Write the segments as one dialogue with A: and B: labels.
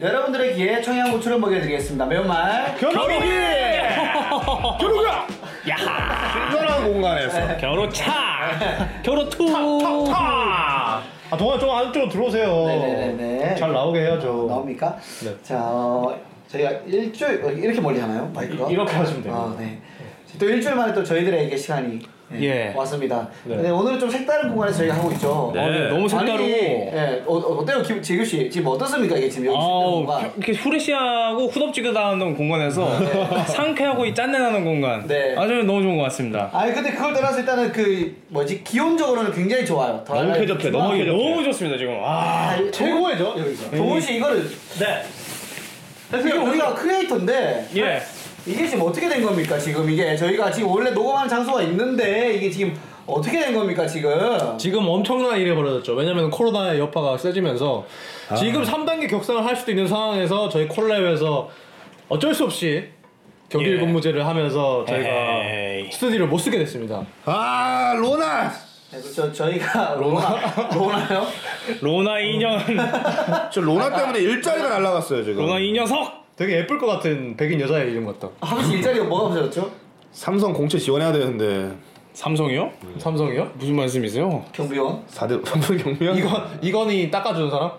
A: 여러분들의 귀에 청양고추를 먹여드리겠습니다. 매운말.
B: 겨루기! 겨루기야!
C: 야
B: 신선한 공간에서.
A: 네.
C: 겨루차 겨루투
B: 아, 동아 좀 안쪽으로 들어오세요.
A: 네네네네. 어,
B: 잘 나오게 해야죠.
A: 나옵니까?
B: 네.
A: 자, 어, 저희가 일주일 어, 이렇게 멀리 하나요? 마이크가?
B: 이- 이렇게 하시면 돼요.
A: 아, 네. 또 일주일 만에 또 저희들에게 시간이 예,
C: 예.
A: 왔습니다.
B: 네.
A: 근데 오늘은 좀 색다른 공간에서 저희가 하고 있죠.
C: 네. 아니, 너무 색다르고.
A: 아니, 예, 어, 어, 어때요, 김- 재규 씨? 지금 어떻습니까 이게 지금 여기 있는
C: 아우
A: 공간?
C: 이렇게 후레쉬하고 후덥지근하는 공간에서 상쾌하고 이 짠내나는 공간
A: 네.
C: 아주 너무 좋은 것 같습니다
A: 아니 근데 그걸 떠나서 일단은 그 뭐지 기온적으로는 굉장히 좋아요. 더
B: 너무
A: 나아가서
B: 쾌적해,
A: 좋아.
B: 너무 쾌적해.
C: 너무 좋습니다 지금 아
A: 아, 최고.
B: 최고의죠, 여기서.
A: 동훈 씨 이거를
B: 네.
A: 이게 우리가 크리에이터인데
C: 예.
A: 이게 지금 어떻게 된 겁니까 지금 이게 저희가 지금 원래 녹음하는 장소가 있는데 이게 지금 어떻게 된 겁니까 지금? 네,
D: 지금 엄청난 일이 벌어졌죠. 왜냐면 코로나의 여파가 세지면서
C: 아.
D: 지금 3단계 격상을 할 수도 있는 상황에서 저희 콜랩에서 어쩔 수 없이 격일
C: 예.
D: 근무제를 하면서 저희가
C: 에이.
D: 스튜디오를 못 쓰게 됐습니다.
B: 아, 로나!
A: 네, 저 저희가 로나 로나요?
C: 로나 이 년,
B: 저 로나 때문에 일자리가 날라갔어요, 지금.
C: 로나 이 녀석
D: 되게 예쁠 것 같은 백인 여자의 이름 같다.
A: 하빈 씨 일자리가 뭐가 없어졌죠?
B: 삼성 공채 지원해야 되는데.
C: 삼성이요?
D: 삼성이요?
C: 무슨 말씀이세요?
A: 경비원?
B: 4대 삼성 경면?
D: 이건 이건이 닦아주는 사람?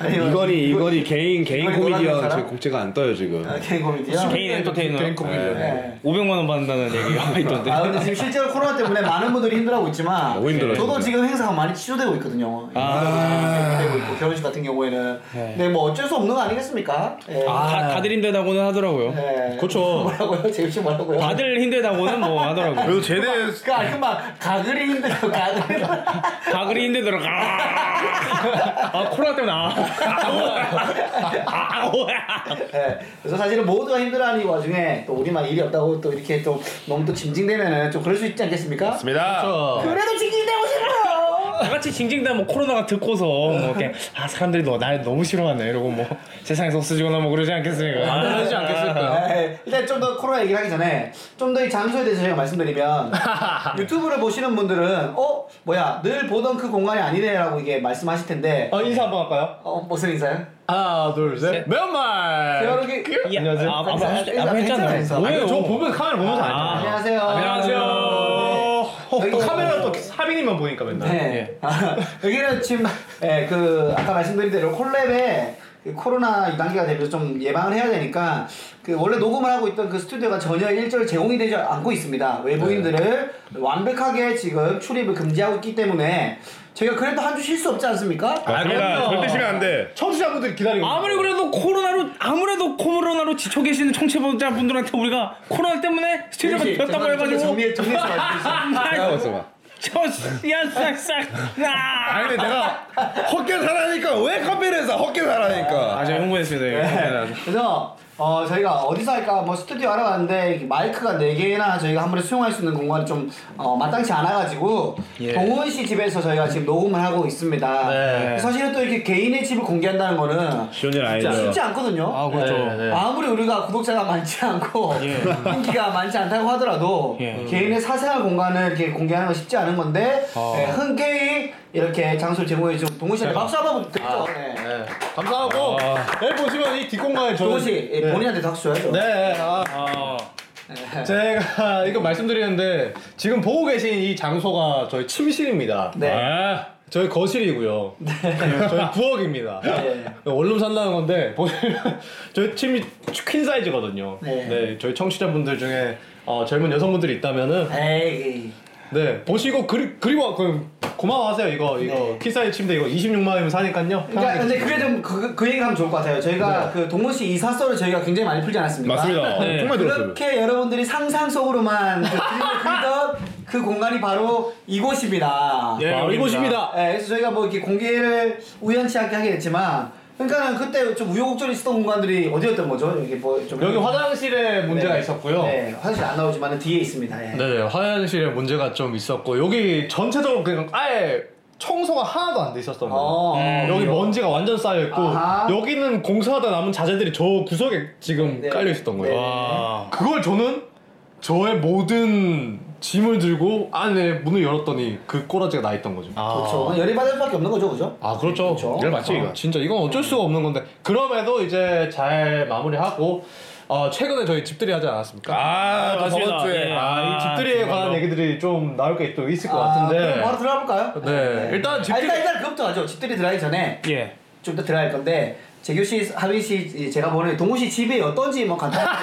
A: 아니면
B: 이건희 이건희 개인
A: 이건희
B: 개인
A: 노란
B: 코미디언
A: 사람?
B: 제 공채가 안 떠요 지금.
A: 아, 개인 코미디야?
C: 개인 네. 엔터테이너
D: 개인 코미디언.
A: 네.
C: 500만 원 받는다는 얘기가 있던데
A: 아 근데 지금 실제로 코로나 때문에 많은 분들이 힘들어하고 있지만
B: 너무 힘들어요,
A: 저도
B: 진짜.
A: 지금 행사가 많이 취소되고 있거든요. 아~ 되고 있고 결혼식 같은 경우에는 근데 뭐 어쩔 수 없는 거 아니겠습니까? 예.
C: 다, 다들 힘들다고는 하더라고요
A: 예.
D: 그렇죠.
A: 뭐라고요? 재우 씨 뭐라고요?
C: 다들 힘들다고는 뭐 하더라고요
B: 그래도 제대
A: 그러니까 그만 가글이 힘들어 가글.
C: 다 그리 힘들더라 아, 아 코로나 때문에 아 아오야
A: 예. 그래서 사실은 모두가 힘들어하는 이 와중에 또 우리만 일이 없다고 또 이렇게 또 너무 또 짐징대면은 좀 그럴 수 있지 않겠습니까?
B: 맞습니다.
D: 저
A: 그래도 짐징대고 싶어요.
C: 같이 징징대면 코로나가 듣고서 뭐 이렇게 아 사람들이 너 날 너무 싫어하네 이러고 뭐 세상에서 없어지거나 뭐 그러지 않겠습니까?
D: 그러지 않겠을까?
A: 네, 일단 좀 더 코로나 얘기를 하기 전에 좀 더 이 장소에 대해서 제가 말씀드리면 유튜브를 보시는 분들은 어 뭐야 늘 보던 그 공간이 아니네라고 이게 말씀하실 텐데
D: 어 인사 한번 할까요?
A: 어 무슨 인사요?
D: 하나 둘 셋. 매운말.
A: 여러분
C: 야,
D: 안녕하세요.
C: 아, 아,
A: 인사,
C: 아,
A: 인사,
C: 아,
A: 인사.
C: 했잖아요.
D: 아니
C: 뭐예요?
D: 저 보면 카메라 보면서 알죠.
C: 아.
A: 안녕하세요. 네.
C: 안녕하세요.
D: 아, 어, 또 카메라 또 사빈이만 보니까 맨날.
A: 네. 아, 여기는 지금 예, 그 아까 말씀드린 대로 콜랩에 그 코로나 이 단계가 되면서 좀 예방을 해야 되니까 그 원래 녹음을 하고 있던 그 스튜디오가 전혀 일절 제공이 되지 않고 있습니다. 외부인들을 완벽하게 지금 출입을 금지하고 있기 때문에 저희가 그래도 한 주 쉴 수 없지 않습니까?
B: 아닙니다. 그러니까 절대 쉬면 안 돼.
D: 청취자분들 기다리고.
C: 아무리 그래도 코로나로 아무래도 코로나로 지쳐 계시는 청취자분들한테 우리가 코로나 때문에 스튜디오가
A: 혹시
C: 비었다고
A: 잠깐
C: 해가지고
A: 정리 정리해서 말씀해주세요.
B: 아니
C: 저야싹싹
B: 근데 내가 헛개 사라니까 왜 카페를 사? 헛개 사라니까.
C: 아, 제가 흥분했습니다.
B: 네.
C: 이거.
A: 그래서 어, 저희가 어디서 할까 뭐 스튜디오 알아봤는데 이렇게 마이크가 4개나 저희가 한 번에 수용할 수 있는 공간이 좀 어, 마땅치 않아가지고
B: 예.
A: 동훈 씨 집에서 저희가 지금 녹음을 하고 있습니다 사실은 또 이렇게 개인의 집을 공개한다는 거는
B: 네. 쉬운 일 아니죠.
A: 쉽지 않거든요
C: 아, 그렇죠. 네, 네.
A: 아무리 우리가 구독자가 많지 않고
B: 예.
A: 인기가 많지 않다고 하더라도
C: 예.
A: 개인의 사생활 공간을 이렇게 공개하는 건 쉽지 않은 건데
B: 아.
A: 예, 흔쾌히 이렇게 장소를 제공해 준 동훈 씨한테 박수 한번
B: 아.
A: 부탁드리죠 네.
D: 네. 감사하고 여기 보시면 이 뒷공간에 저
A: 동훈 씨 예, 본인한테 박수 줘야죠
D: 네. 아,
C: 아,
D: 제가 이거 말씀드리는데 지금 보고 계신 이 장소가 저희 침실입니다.
A: 네.
D: 아, 저희 거실이고요. 저희 부엌입니다.
A: 네.
D: 원룸 산다는 건데 보시면 저희 침이 퀸 사이즈거든요.
A: 네.
D: 저희 청취자분들 중에 어, 젊은 여성분들이 있다면은
A: 에이
D: 네 보시고 그리 그리고 그 고마워하세요 이거 이거
A: 네.
D: 퀸 사이즈 침대 이거 26만 원이면 사니까요.
A: 그러니까 근데 그게 좀그 그 얘기를 하면 좋을 것 같아요 저희가
D: 네.
A: 그 동문 씨 이사설을 저희가 굉장히 많이 풀지 않았습니까?
B: 맞습니다.
C: 네.
B: 정말 들었어요.
A: 그렇게 여러분들이 상상 속으로만 그 그림을 그리던 그 공간이 바로 이곳입니다
D: 예,
C: 바로
D: 이곳입니다.
A: 예, 그래서 저희가 뭐 이렇게 공개를 우연치 않게 하게 됐지만 그러니까는 그때 좀 우여곡절이 있었던 공간들이 어디였던 거죠? 여기 뭐좀
D: 여기 화장실에 문제가 있었고요.
A: 네, 화장실 안 나오지만 뒤에 있습니다 예.
D: 네네 화장실에 문제가 좀 있었고 여기 전체적으로 그냥 아예 청소가 하나도 안 돼 있었던 거예요.
A: 어,
D: 여기 먼지가 완전 쌓여 있고
A: 아하.
D: 여기는 공사하다 남은 자재들이 저 구석에 지금 아.
A: 네.
D: 깔려 있었던 거예요.
A: 네.
D: 그걸 저는 저의 모든 짐을 들고 안에 문을 열었더니 그 꼬라지가 나 있던 거죠. 아,
A: 그렇죠. 열이 받을 수밖에 없는 거죠, 그죠?
D: 그렇죠.
A: 그렇죠.
C: 열 맞지, 이거?
D: 진짜 이건 어쩔 수가 없는 건데 그럼에도 이제 잘 마무리하고 어, 최근에 저희 집들이 하지 않았습니까?
B: 아, 또
C: 맞습니다.
B: 저번 주에.
C: 예.
D: 아, 이 집들이에
C: 정말로.
D: 관한 얘기들이 좀 나올 게 또 있을 것
A: 아, 그럼
D: 같은데.
A: 바로 들어가볼까요?
D: 네, 일단
A: 아,
D: 집들이
A: 일단 일단 그것부터 하죠. 집들이 들어가기 전에
C: 예.
A: 좀 더 들어갈 건데 재규 씨, 하빈 씨, 이 제가 보는 동우 씨 집이 어떤지 뭐 간단하게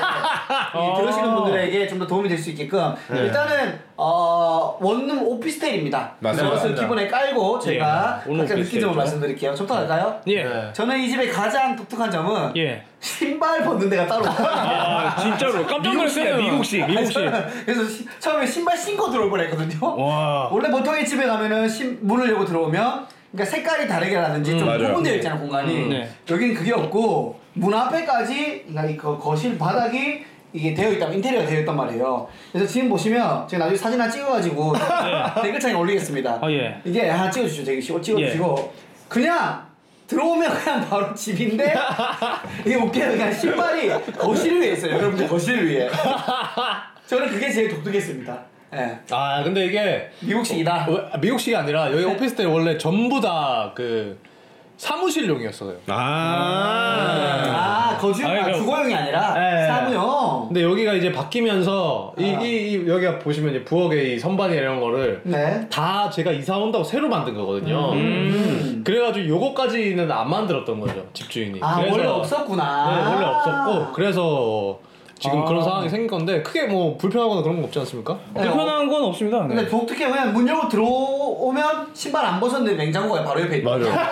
A: 이 들으시는 분들에게 좀 더 도움이 될 수 있게끔 일단은 어, 원룸 오피스텔입니다.
B: 맞습니다.
A: 그것을 기본에 깔고 제가
C: 예, 원룸
A: 각자 느낀 점을
C: 오피스텔이죠.
A: 말씀드릴게요. 저부터 갈까요?
C: 예.
D: 네.
A: 저는 이 집의 가장 독특한 점은
C: 예.
A: 신발 벗는 데가 따로 없어요.
C: 아, 진짜로 깜짝 놀랐어요. 미국식, 미국식.
A: 아, 그래서 시- 처음에 신발 신고 들어올 뻔했거든요.
C: 와.
A: 원래 보통 이 집에 가면은 신, 문을 열고 들어오면 그러니까 색깔이 다르게라든지 좀
B: 맞아요.
A: 구분되어 있잖아 공간이.
C: 음, 네.
A: 여기는 그게 없고 문 앞에까지 그러니까 이 거- 거실 바닥이 이게 되어 있다, 인테리어가 되어 있단 말이에요. 그래서 지금 보시면 제가 나중에 사진 하나 찍어가지고 댓글창에 올리겠습니다.
C: 네. 아, 예.
A: 이게 하나 찍어주시죠, 재기 씨. 찍어주시고 그냥 들어오면 그냥 바로 집인데 이게 웃겨요. 그냥 신발이 거실 위에 있어요. 여러분들 거실 위에. 저는 그게 제일 독특했습니다. 예.
D: 아 근데 이게
A: 미국식이다.
D: 왜- 미국식이 아니라 여기 오피스텔 원래 전부 다 그 사무실용이었어요.
B: 아.
A: 아, 거주,
C: 아니,
A: 아,
C: 그-
A: 주거용이 아니라
D: 예, 예.
A: 사무용.
D: 근데 여기가 이제 바뀌면서 이,
A: 아.
D: 이, 이- 여기가 보시면 이제 부엌의 이 선반이 이런 거를
A: 네.
D: 다 제가 이사 온다고 새로 만든 거거든요.
A: 음.
D: 그래가지고 요거까지는 안 만들었던 거죠 집주인이.
A: 아,
D: 그래서-
A: 원래
D: 네,
A: 없었구나. 아.
D: 원래 없었고 그래서 지금
C: 아.
D: 그런 상황이 생긴 건데 크게 뭐 불편하거나 그런 거 없지 않습니까?
A: 네,
C: 불편한 건 없습니다.
A: 근데
C: 네.
A: 독특해 그냥 문 열고 들어오면 신발 안 벗었는데 냉장고가 바로 옆에 있다.
B: 맞아.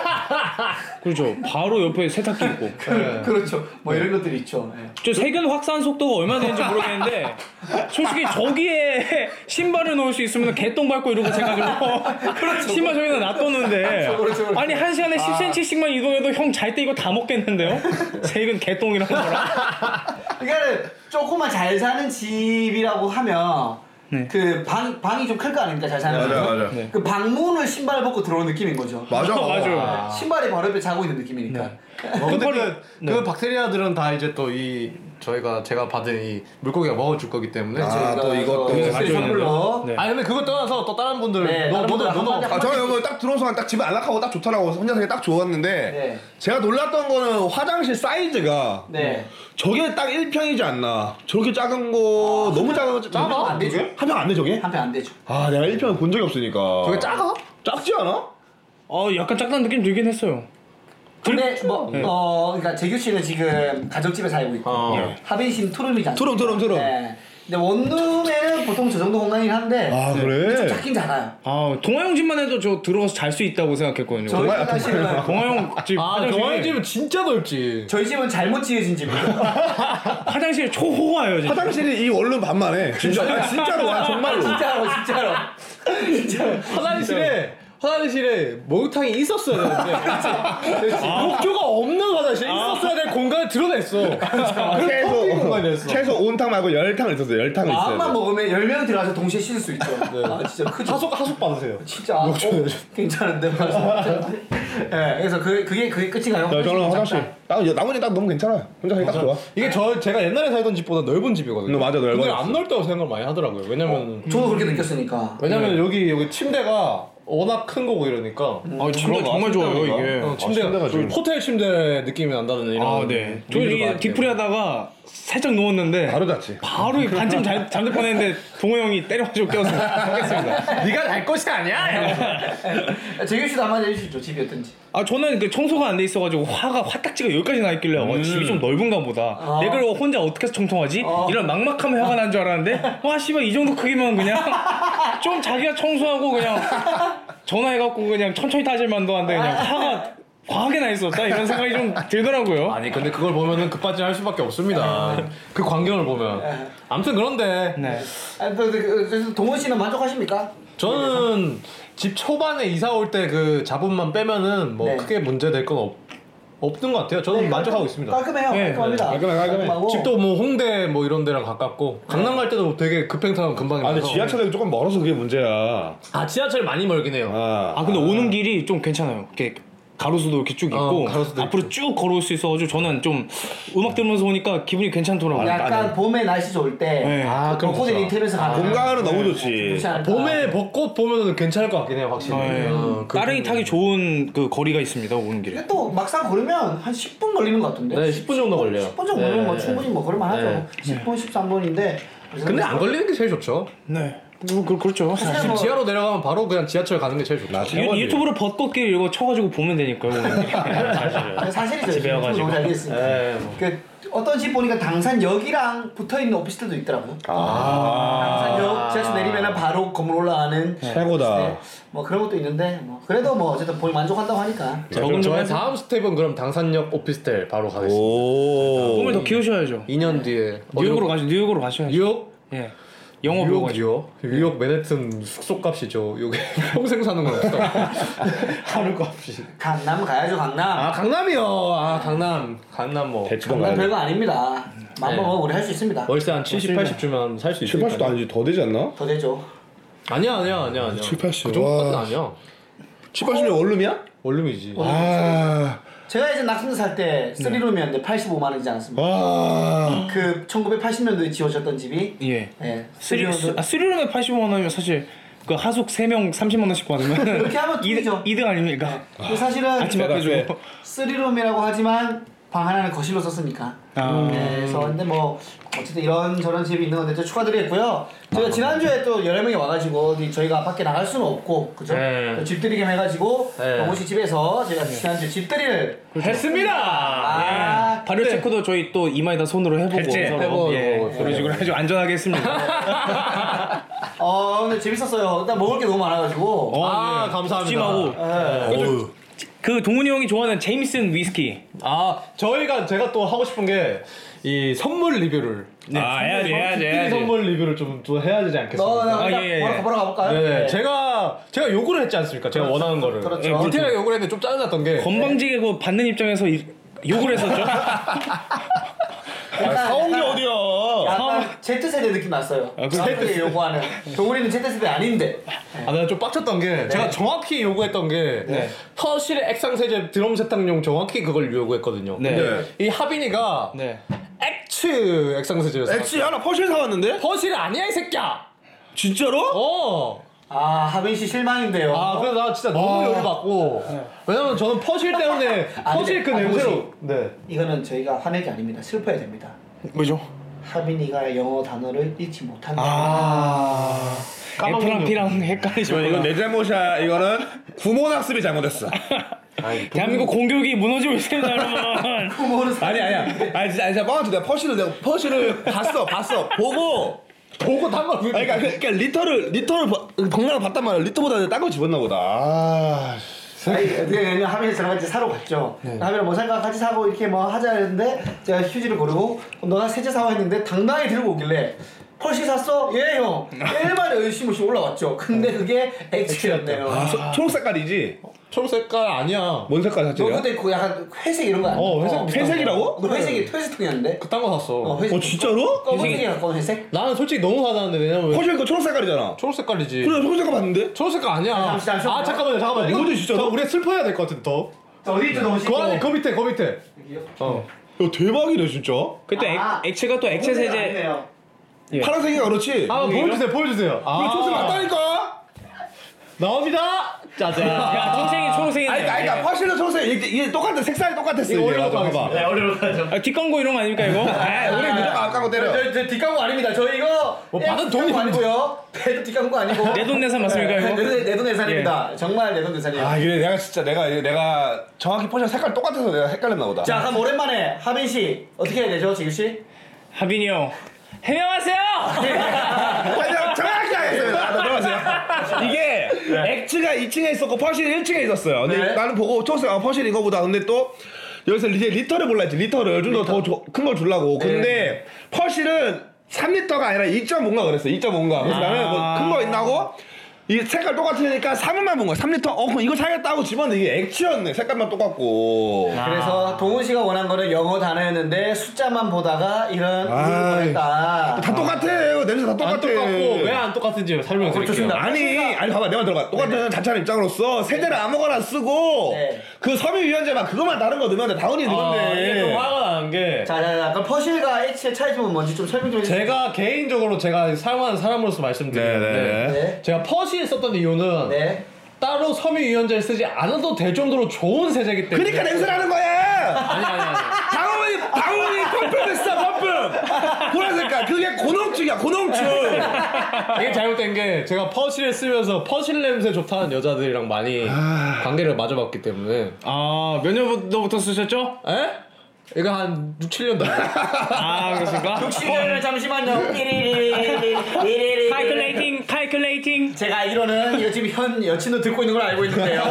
C: 그렇죠. 바로 옆에 세탁기 있고.
A: 그, 그렇죠. 뭐 이런 것들이 있죠. 예.
C: 저 세균 확산 속도가 얼마나 되는지 모르겠는데 솔직히 저기에 신발을 넣을 수 있으면 개똥 밟고 이러고 생각을 해요. 신발 저기다 놔뒀는데
A: 그렇죠, 그렇죠, 그렇죠.
C: 아니 한 시간에 10cm씩만 이동해도 형 잘 때 이거 다 먹겠는데요? 세균 개똥이라는 거랑
A: 그러니까 조금만 잘 사는 집이라고 하면 그 방 방이 좀 클 거 아닙니까 잘 사는
B: 맞아,
A: 집은?
B: 맞아.
A: 그 방문을 신발 벗고 들어온 느낌인 거죠.
B: 맞아.
C: 맞아요.
A: 신발이 바로 옆에 자고 있는 느낌이니까.
D: 어, 근데
C: 끝머리-
D: 그, 그 박테리아들은 다 이제 또 이 저희가 제가 받은 이 물고기가 먹어줄 거기 때문에
B: 아, 또 이것도
C: 가지고
A: 선물로.
C: 있는데. 네.
D: 아 근데 그거 떠나서 또 다른 분들
A: 네, 다른
D: 너, 너도
A: 분들
D: 너도
A: 한 마디
B: 아, 저는 여기 딱 들어서 딱 집에 안락하고 딱 좋더라고. 혼자 살기 딱 좋았는데.
A: 네.
B: 제가 놀랐던 거는 화장실 사이즈가
A: 네.
B: 저게 딱 1평이지 않나. 저렇게 작은 거 너무 작은 거
A: 작아? 안 되죠?
B: 한평 안 돼, 저게?
A: 한 편 안 되죠.
B: 아, 내가 1평 본 적이 없으니까.
D: 저게 작아?
B: 작지 않아?
C: 어 약간 짝난 느낌 들긴 했어요.
A: 근데 뭐, 어, 그러니까 재규 씨는 지금 가정집에 살고 있고,
D: 어.
A: 하빈 씨는 투룸이잖아요.
B: 투룸, 투룸, 투룸.
A: 네. 근데 원룸에는 보통 저 정도 공간이긴 한데,
B: 아, 그래?
A: 작긴 작아요.
C: 아 동아형 집만 해도 저 들어가서 잘 수 있다고 생각했거든요. 네.
A: 저희 화장실은
C: 동아형 집
D: 아
C: 화장실이
D: 정환이 집은 진짜 넓지
A: 저희 집은 잘못 지어진 집이에요.
C: 화장실 초호화예요 지금.
B: 화장실이 이 원룸 반만 해. 진짜, 아, 진짜로 와, 정말로.
A: 진짜로 진짜로 진짜로.
D: 화장실에 화장실에 목욕탕이 있었어야 되는데 그치?
B: 아.
D: 목조가 없는 화장실이 있었어야 될 공간을 드러냈어 텅빈 공간이었어.
B: 아,
D: 아,
B: 최소, 최소 온탕 말고 열탕을 있었어요. 열탕을 있어요.
A: 마음만 먹으면 10명 들어가서 동시에 쉴 수 있죠. 아, 진짜 크죠.
D: 하숙 하숙 받으세요
A: 진짜 아, 어, 괜찮은데. 예, 그래서 그 그게 그게 끝인가요?
B: 야, 네, 저는 화장실. 딱, 야, 나머지 딱 너무 괜찮아요. 혼자 살기 딱 좋아.
D: 이게 저 제가 옛날에 살던 집보다 넓은 집이거든요
B: 너 맞아, 넓어졌어.
D: 근데 안 넓다고 생각을 많이 하더라고요 왜냐면
A: 저도 그렇게 느꼈으니까.
D: 왜냐면 여기 여기 침대가 워낙 큰 거고 이러니까
C: 아 침대 정말 좋아요 이게.
D: 어, 침대가,
B: 침대가 좋아요.
D: 호텔 침대 느낌이 난다는 이런
C: 아, 네. 저
D: 리뷰도
C: 이게
D: 많기
C: 디프리
D: 때문에.
C: 하다가 살짝 누웠는데
B: 바로 잤지.
C: 바로 이 반쯤 잘, 잠들 뻔했는데 동호 형이 때려가지고 깨워서 깼습니다.
D: 네가 날 것이 아니야.
A: 예. 재규 씨도 한마디 해주시죠. 집이 어떤지.
C: 아 저는 그 청소가 안 돼 있어가지고 화가 화딱지가 여기까지 나 있길래 어, 집이 좀 넓은가 보다.
A: 아.
C: 내가 이거 혼자 어떻게 해서 청소하지?
A: 아.
C: 이런 막막함에 화가 난 줄 알았는데 와 씨발 이 정도 크기면 그냥 좀 자기가 청소하고 그냥 전화해갖고 그냥 천천히 따질 만도 한데 그냥 화가 과하게 나 있었다 이런 생각이 좀 들더라고요.
D: 아니 근데 그걸 보면은 급발진 할 수밖에 없습니다. 그 광경을 보면. 아무튼 그런데
C: 네.
A: 아, 그, 그, 그래서 동원 씨는 만족하십니까?
D: 저는 집 초반에 이사 올 때 그 자본만 빼면은 뭐
A: 네.
D: 크게 문제 될 건 없, 없는 것 같아요. 저는 만족하고 있습니다.
A: 깔끔해요.
C: 네,
A: 깔끔합니다.
B: 네, 깔끔해, 깔끔해.
A: 깔끔하고.
C: 그렇죠.
D: 집도 뭐 홍대 뭐 이런 데랑 가깝고 강남 갈 때도 되게 급행타면 금방
B: 아, 근데
D: 가서.
B: 지하철이 조금 멀어서 그게 문제야.
D: 아 지하철 많이 멀긴 해요.
B: 아.
C: 아 근데 오는 길이 좀 괜찮아요. 이렇게 가로수도 이렇게 쭉
D: 어,
C: 있고
D: 가로수도
C: 앞으로 쭉 걸어올 수 있어가지고 저는 좀 음악 들으면서 오니까 기분이 괜찮더라고요.
A: 약간 봄에 날씨 좋을 때
C: 네.
D: 아, 그럼
A: 벚꽃을
D: 좋죠.
A: 인터뷰에서 가면
B: 봄 가을은 너무 좋지.
A: 좋지 않을까.
D: 봄에 벚꽃 보면 괜찮을 것 같긴 해요 확실히
C: 네.
D: 어, 그-
C: 따릉이 타기 좋은 그 거리가 있습니다 오는 길에.
A: 근데 또 막상 걸으면 한 10분 걸리는 것 같은데.
D: 네, 10분 정도 걸려요.
A: 10분 정도 면뭐
D: 네.
A: 충분히 뭐 걸을만 하죠. 10분, 13분인데.
D: 근데 안 걸리는 게 제일 좋죠
C: 네. 뭐, 그, 그렇죠.
A: 뭐-
D: 지하로 내려가면 바로 그냥 지하철 가는 게 제일 좋죠
B: 나
C: 유,
B: 최고지.
C: 유튜브로 벚꽃길 이거 쳐가지고 보면 되니까요. 오늘. 사실은.
A: 네, 사실이죠.
C: 집에
A: 지금
C: 와가지고.
A: 너무 잘 됐으니까.
D: 네, 뭐.
A: 그 어떤 집 보니까 당산역이랑 붙어 있는 오피스텔도 있더라고요.
D: 아.
A: 당산역 지하철 내리면 바로 건물 올라가는
D: 네.
B: 최고다.
A: 오피스텔. 뭐 그런 것도 있는데 뭐 그래도 뭐 어쨌든 본 만족한다고 하니까.
C: 적은 좀
D: 네. 저의
C: 해서
D: 다음 스텝은 그럼 당산역 오피스텔 바로 가겠습니다 아,
B: 오.
C: 꿈을 더 키우셔야죠.
D: 2년 뒤에
C: 뉴욕으로
D: 어디로-
C: 가셔 뉴욕으로 가셔야죠.
D: 뉴욕?
C: 예. 영어
D: 뉴욕,
C: 배우가지고.
D: 뉴욕? 뉴욕 맨해튼 숙소값이죠 요게 평생 사는 건 없어 하루값이
A: 강남 가야죠 강남.
D: 아 강남이요 아 강남 강남 뭐
B: 대치동
A: 강남
B: 가야 돼.
A: 별거 아닙니다. 맘
D: 네.
A: 먹으면 우리 할 수 있습니다.
D: 월세 한 70,
C: 맞습니다.
D: 80 주면 살 수
B: 7,
D: 있을
B: 80도 아니지 더 되지 않나?
A: 더 되죠.
D: 아니야 아니야 아니야 아니야
B: 7, 80.
D: 그 정도까지는
B: 와.
D: 아니야
B: 7, 80이 원룸이야?
D: 원룸이지
B: 아.
A: 제가 이제 낙승도 살때 3룸이었는데 85만 원이지 않았습니까?
B: 와.
A: 그 1980년도에 지어졌던 집이
C: 예.
A: 예.
C: 쓰리
A: 쓰리룸도-
C: 아, 쓰리룸에 85만 원이면 사실 그 하숙 3명 30만 원씩 받으면
A: 이렇게 하면 돈이죠.
C: 2등 아닙니까?
A: 근데 사실은
C: 아침
B: 대박.
C: 밖에 주고.
A: 쓰리룸이라고 하지만 방 하나는 거실로 썼으니까.
C: 아.
A: 네, 그래서 근데 뭐 어쨌든 이런 저런 집이 있는 건데 좀 축하드리겠고요. 제가 지난주에 또 여러 명이 와가지고 어디 저희가 밖에 나갈 수는 없고 그죠?
D: 네.
A: 또 집들이 겸 해가지고
D: 네.
A: 영호 씨 집에서 제가
C: 네.
A: 지난주 집들이를
C: 예.
D: 했습니다
A: 아,
C: 발효 체크도 저희 또 이마에다 손으로 네. 해보고
D: 결제.
C: 서로.
D: 해보고,
C: 예.
D: 해보고.
C: 그런 식으로 아주 안전하게 했습니다.
A: 어 근데 재밌었어요. 일단 먹을 게 너무 많아가지고.
D: 아, 감사합니다.
C: 찜하고
A: 예.
B: 어우.
C: 그 동훈이 형이 좋아하는 제임슨 위스키.
D: 아 저희가 제가 또 하고 싶은 게 이 선물 리뷰를
C: 아, 해야지, 해야지,
D: 네, 선물,
C: 해야지.
D: 선물 리뷰를 좀, 좀 해야 되지 않겠습니까?
A: 너, 어, 나
C: 아,
A: 일단
C: 예, 예.
A: 바로, 바로 가볼까요?
D: 네,
A: 예.
D: 제가 제가 요구를 했지 않습니까? 제가 원하는 거를
A: 그렇죠.
D: 예, 디테일하게 요구를 했는데 좀 짜증났던 게
C: 건방지게 그 받는 입장에서 이- 욕을 했었죠. 아,
A: 약간-
B: 사온 게
A: 약간-
B: 어디야?
A: 약간 아, Z세대 느낌 났어요.
C: 아, 그
A: Z세대 요구하는. 동훈이는 Z세대 아닌데.
D: 아, 내가 좀 빡쳤던 게 제가 정확히 요구했던 게 퍼실의 액상세제 드럼 세탁용 정확히 그걸 요구했거든요.
C: 네.
D: 근데 이 하빈이가
C: 네.
D: 액츠 액상세제였어.
B: 엑시 하나 퍼실 사왔는데?
D: 퍼실이 아니야 이 새끼야.
B: 진짜로?
D: 어.
A: 아, 하빈 씨 실망인데요.
D: 아 그래서 나 진짜 너무 열받고 왜냐면 저는 퍼실 때문에
A: 아,
D: 퍼실 그
A: 근데- 아,
D: 냄새로 네.
A: 이거는 저희가 화낼 게 아닙니다. 슬퍼야 됩니다.
C: 뭐죠?
A: 하빈이가 영어 단어를 읽지 못한다.
C: F랑 P랑 헷갈리죠. 아,
B: 이건 내 잘못이야. 이거는 구몬 학습이 잘못했어.
C: 대한민국 공교육이 무너지고 있습니다, 여러분.
A: 부모는 사-
B: 아니 아니야. 아니 진짜 아니 진짜 뻥치지. 내가 퍼실을 내가 퍼실을 봤어 봤어 보고.
D: 보고 단말
B: 아니, 그러니까 그러니까 리터를 리터를 봐- 박람회 봤단 말이야. 리터보다 딴거 집었나 보다. 아.
A: 아니, 왜냐면 하빈이 저랑 같이 사러 갔죠. 하빈이랑 뭐 살까 같이 사고 이렇게 뭐 하자 했는데 제가 휴지를 고르고 그럼 너가 세제 사와 했는데 당당히 들고 오길래 펄시 샀어? 예 형. 일반 의심없이 올라왔죠. 근데 그게 액체였네요.
B: 아, 소- 초록색깔이지?
D: 초록색깔 아니야 뭐
B: 뭔 색깔
A: 너
B: 자체야?
A: 그때 그 약간 회색 이런 거 아니야?
D: 어, 회색 비슷한
B: 회색이라고?
A: 너 회색이 회색통이었는데?
D: 그딴 거 샀어
A: 어, 회색.
B: 어 진짜로?
A: 검은색이 가까운 회색?
D: 나는 솔직히 너무 화나는데 왜냐면
B: 퍼실 거 초록색깔이잖아.
D: 초록색깔이지
B: 그래 초록색깔 봤는데?
D: 초록색깔 아니야
A: 잠시, 잠시,
D: 아 잠깐만요 잠깐만요
B: 이거
D: 이거
B: 진짜
D: 저
B: 너-
D: 우리 슬퍼해야 될 것 같은데 더그
A: 어디 있죠 너무
D: 안에 그 밑에 그 밑에 어
B: 야 대박이네 진짜.
C: 그때 액,
A: 아.
C: 액체가 또 액체 세제. 예.
B: 파란색이가 그렇지.
D: 한번 아, 보여주세요 보여주세요 아
B: 그래, 초록색 맞다니까.
D: 나옵니다 짜잔
C: 야, 초생이 초생이.
B: 아, 아니 그러니까, 그러니까 퍼실도 초록색 이게, 이게 똑같은 색깔이 똑같았어
D: 이거
B: 이게.
D: 올려놓고
B: 맞아, 봐봐.
D: 하겠습니다
C: 아, 뒷광고 이런 거 아닙니까 이거? 아,
B: 뭐 우리 무조건 안 까고 때려.
A: 저 뒷광고 아닙니다. 저 이거
D: 뭐 받은
A: 예,
D: 돈이
A: 뒷광고 아니고요. 배도 뒷광고 아니고.
C: 내 돈 내산 맞습니까 이거?
A: 내돈 내산입니다. 정말 내돈 내산이에요.
B: 아 이게 내가 진짜 내가 내가 정확히 퍼실 색깔 똑같아서 내가 헷갈렸나 보다.
A: 자 그럼 오랜만에 하빈 씨 어떻게 해야 되죠 지규 씨?
C: 하빈이 형 해명하세요.
B: 그냥 정확히 하겠습니다. 아, 들어가세요. 이게 액츠가 2층에 있었고 퍼실이 1층에 있었어요. 근데
A: 네.
B: 나는 보고 초록색 아 퍼실 이거보다 근데 또 여기서 이제 리터를 몰랐지 리터를 네. 좀 더 더 큰 걸 주려고. 근데 아. 퍼실은 3리터가 아니라 2.5인가 그랬어. 2.5인가. 그래서 나는 뭐큰거 뭐 있나고 이 색깔 똑같으니까 3분만 본 거야. 3리터. 어, 그럼 이거 사겠다 하고 집었는데 이게 액체였네. 색깔만 똑같고.
A: 그래서 동훈 씨가 원한 거는 영어 단어였는데 숫자만 보다가 이런
B: 아이.
A: 오류를 했다.
B: 다 똑같아. 냄새 다 똑같아.
D: 안 똑같고 왜 안 똑같은지 설명드릴게요.
A: 좋습니다.
B: 아니, 아니 봐봐 내가 들어가 똑같은 자찬 입장으로서 세제를 아무거나 쓰고
A: 네.
B: 그 섬유유연제 막 그것만 다른 거 넣으면 다운이
D: 아, 이게
B: 되는데
D: 좀 화가 나는 게
A: 자, 자, 자, 그럼 퍼실과 H의 차이점은 뭔지 좀 설명 좀 해주세요.
D: 제가 개인적으로 제가 사용하는 사람으로서
B: 네,
D: 말씀드리는데
B: 네.
A: 네.
D: 제가 퍼시에 썼던 이유는
A: 네.
D: 따로 섬유유연제를 쓰지 않아도 될 정도로 좋은 세제기 때문에
B: 그러니까 냄새 나는 거야.
D: 아니 아니 아니
B: 방울이 방울이 펌프됐어 펌프. 보라색깔 그게 고농축이야 고농축.
D: 이게 잘못된 게 제가 퍼실을 쓰면서 퍼실 냄새 좋다는 여자들이랑 많이 관계를 맞아봤기 때문에
C: 아, 몇 년부터 쓰셨죠?
D: 에? 이거 한 6, 7년 다
C: 아, 그렇습니까?
A: 시간을 잠시만요. 삐리리리리, 삐리리리.
C: calculating, calculating.
A: 제가 알기로는 이거 지금 현 여친도 듣고 있는 걸 알고 있는데요.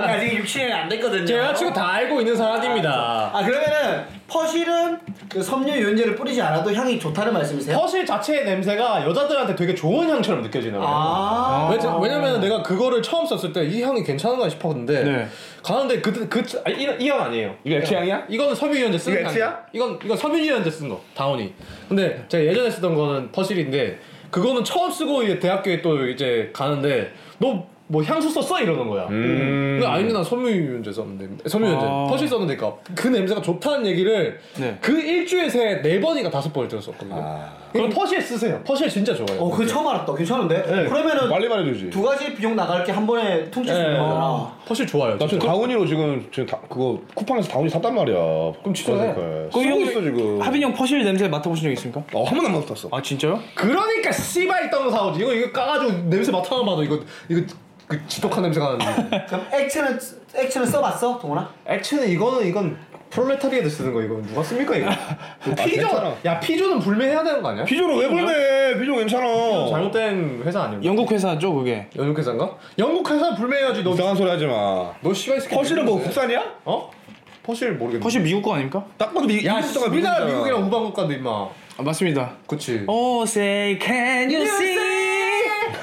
A: 아직 6시에는 안 됐거든요.
D: 제 여자친구 다 알고 있는 사람입니다
A: 아 그러면은 퍼실은 그 섬유 유연제를 뿌리지 않아도 향이 좋다는 말씀이세요?
D: 퍼실 자체의 냄새가 여자들한테 되게 좋은 향처럼 느껴지는 거예요
A: 아.
D: 왜, 왜냐면 내가 그거를 처음 썼을 때 이 향이 괜찮은가 싶었는데
C: 네.
D: 가는데 그그 그, 아니, 이런- 이향 아니에요.
B: 이거 액체 향이야?
D: 이건 섬유유연제 쓰는
B: 이거
D: 향.
B: 액체야?
D: 이건 이건 섬유유연제 쓴 거. 다운이. 근데 제가 예전에 쓰던 거는 퍼실인데 그거는 처음 쓰고 이제 대학교에 또 이제 가는데 너 뭐 향수 썼어 이러는 거야.
B: 음.
D: 근데 아니 난 섬유유연제 썼는데 섬유유연제
C: 아.
D: 퍼실 썼는데 그니까 그 냄새가 좋다는 얘기를
C: 네.
D: 그 일주일 새에 네 번인가 다섯 번을 들었었거든요.
B: 아.
D: 그럼 퍼실 쓰세요. 퍼실 진짜 좋아요.
A: 어, 그거 처음 알았다. 괜찮은데?
D: 네.
A: 그러면은
B: 빨리 말해주지.
A: 두 가지 비용 나갈 게 한 번에 퉁칠 수
D: 예,
A: 있는
D: 예.
A: 거잖아.
D: 퍼실 좋아요.
B: 나 지금 다운이로 지금 지금 다, 그거 쿠팡에서 다운이 샀단 말이야. 그럼
D: 취소해.
B: 쓰고 있어 지금.
C: 하빈이 형 퍼실 냄새 맡아보신 적 있습니까?
B: 어한 번도 안 맡았어.
C: 아, 진짜요?
D: 그러니까 씨발 있던 사오지 이거 이거 까가지고 냄새 맡아만 봐도 이거 이거 그 지독한 냄새가 나는데
A: 그럼 액체는 액체는 써봤어, 동훈아?
D: 액체는 이거는 이건 프롤레타리아드 쓰는 거 이거 누가 씁니까 이거 그
B: 괜찮아.
D: 피조 야 피조는 불매해야 되는 거 아니야?
B: 비조를 왜 불매? 비조 괜찮아.
D: 잘못된 회사 아니야?
C: 영국 회사죠, 그게.
D: 영국 회사인가? 영국 회사 불매해야지 너너
B: 이상한 소리 하지 마.
D: 씨발 새끼
B: 퍼실은 뭐
D: 미국인데.
B: 국산이야?
D: 어?
B: 퍼실 모르겠네.
C: 퍼실 미국 거 아닙니까?
B: 딱 봐도 미,
D: 야
B: 미국 거가
D: 우리나라
B: 미국이잖아.
D: 미국이랑 우방 국가인데 임마
C: 아, 맞습니다.
D: 그치
C: Oh, say, can you see?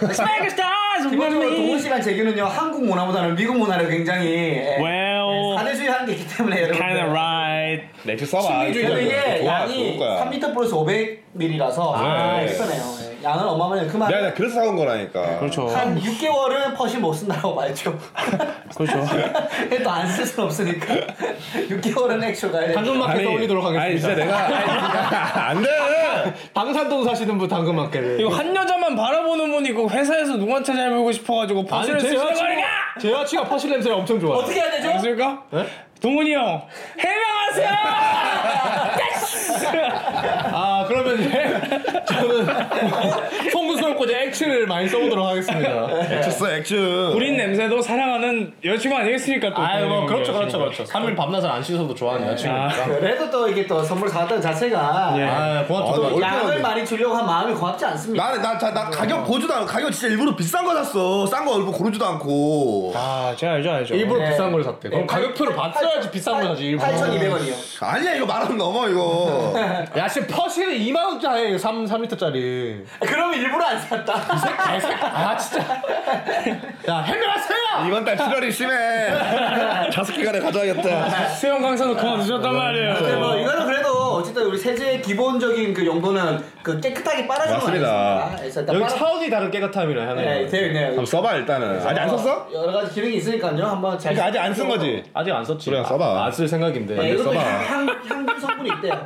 C: Like stars with
A: 기본적으로 동훈
C: me.
A: 씨랑 재규는요 한국 문화보다는 미국 문화를 굉장히 예,
C: Well,
A: 사대주의 하는 게 있기 때문에
C: kind of
A: 여러분들.
C: right.
B: 넥스 써봐.
D: 심리주의자.
A: 그래도
B: 네, 좋아,
A: 이게
B: 좋아,
A: 양이
B: 좋을 거야.
A: 3m 플러스 500ml라서 아,
B: 네.
A: 예쁘네요. 예. 양은 어마어마해요. 그만
B: 내가, 내가 그래서 사온 거라니까.
C: 그렇죠.
A: 한 6개월은 퍼시 못 쓴다고 말죠.
C: 그렇죠.
A: 또 안 쓸 순 없으니까 6개월은 액션 가야 돼.
D: 당근마켓 떠올리도록 하겠습니다
B: 아니 진짜 내가 안 돼.
D: 방산동 사시는 분 당근마켓
C: 이거 한 여자만 바라보는 분이 그 회사에서 누구한테 잘 보이고 싶어가지고
D: 아니
C: 퍼실을
D: 제
C: 쓰시는
D: 여자친구
C: 거니까!
D: 제 여자친구가 퍼실 냄새를 엄청 좋아해
A: 어떻게 해야 되죠?
C: 있을까? 동훈이 형 해명하세요.
D: 아 그러면 이제 저는 송구스럽고 이제 액체를 많이 써보도록 하겠습니다.
B: 액션 써 액션.
C: 우린 냄새도 사랑하는 여자친구 아니겠습니까 또.
D: 아유 뭐
C: 동훈이
D: 그렇죠
C: 형
D: 그렇죠 그렇죠. 3일 밤낮을 안 씻어도 좋아하는 여자친구. 아,
A: 그래도 또 이게 또 선물 사왔다는 자체가
D: 아 고맙다.
B: 어,
A: 또
B: 얼마나
A: 양을
B: 돼?
A: 많이 주려고 한 마음이 고맙지 않습니까?
B: 나는 나나 나 가격 보지도 않고 가격 진짜 일부러 비싼 거 샀어. 싼 거 얼굴 고르지도 않고.
C: 아 제가 알죠 알죠.
D: 일부러
A: 네.
D: 비싼 걸 샀대. 그럼 가격표를 받쳐야지 비싼 걸 사지. 일부러.
A: 8,200원이요.
B: 아니야 이거 말하면 넘어 이거.
D: 야 지금 퍼실은 2만 원짜리 3 3리터짜리.
A: 그럼 일부러 안 샀다.
D: 아 진짜. 야 해명하세요.
B: 이번 달 7월이 심해. 자석 기간에 가져야겠다.
C: 수영 강사도 그만 두셨단
A: 근데 뭐
B: 어.
C: 말이에요.
A: 이거는 그래도 어쨌든 우리 세제의 기본적인 그 용도는 그 깨끗하게 빨아주는 거
B: 맞습니다.
A: 아니겠습니까? 그래서 일단
D: 여기
A: 빨아-
D: 차원이 다른 깨끗함이라
A: 네,
D: 하네.
A: 되어 있네요.
B: 그럼 써봐 일단은. 아직 안 썼어?
A: 여러 가지 기능이 있으니까요. 한번 잘.
B: 그러니까 아직 안 쓴 거지.
D: 아직 안 썼지.
B: 그래, 써봐.
D: 안 쓸 생각인데.
A: 네, 이것도
B: 써봐.
A: 향, 향 성분이 있대요.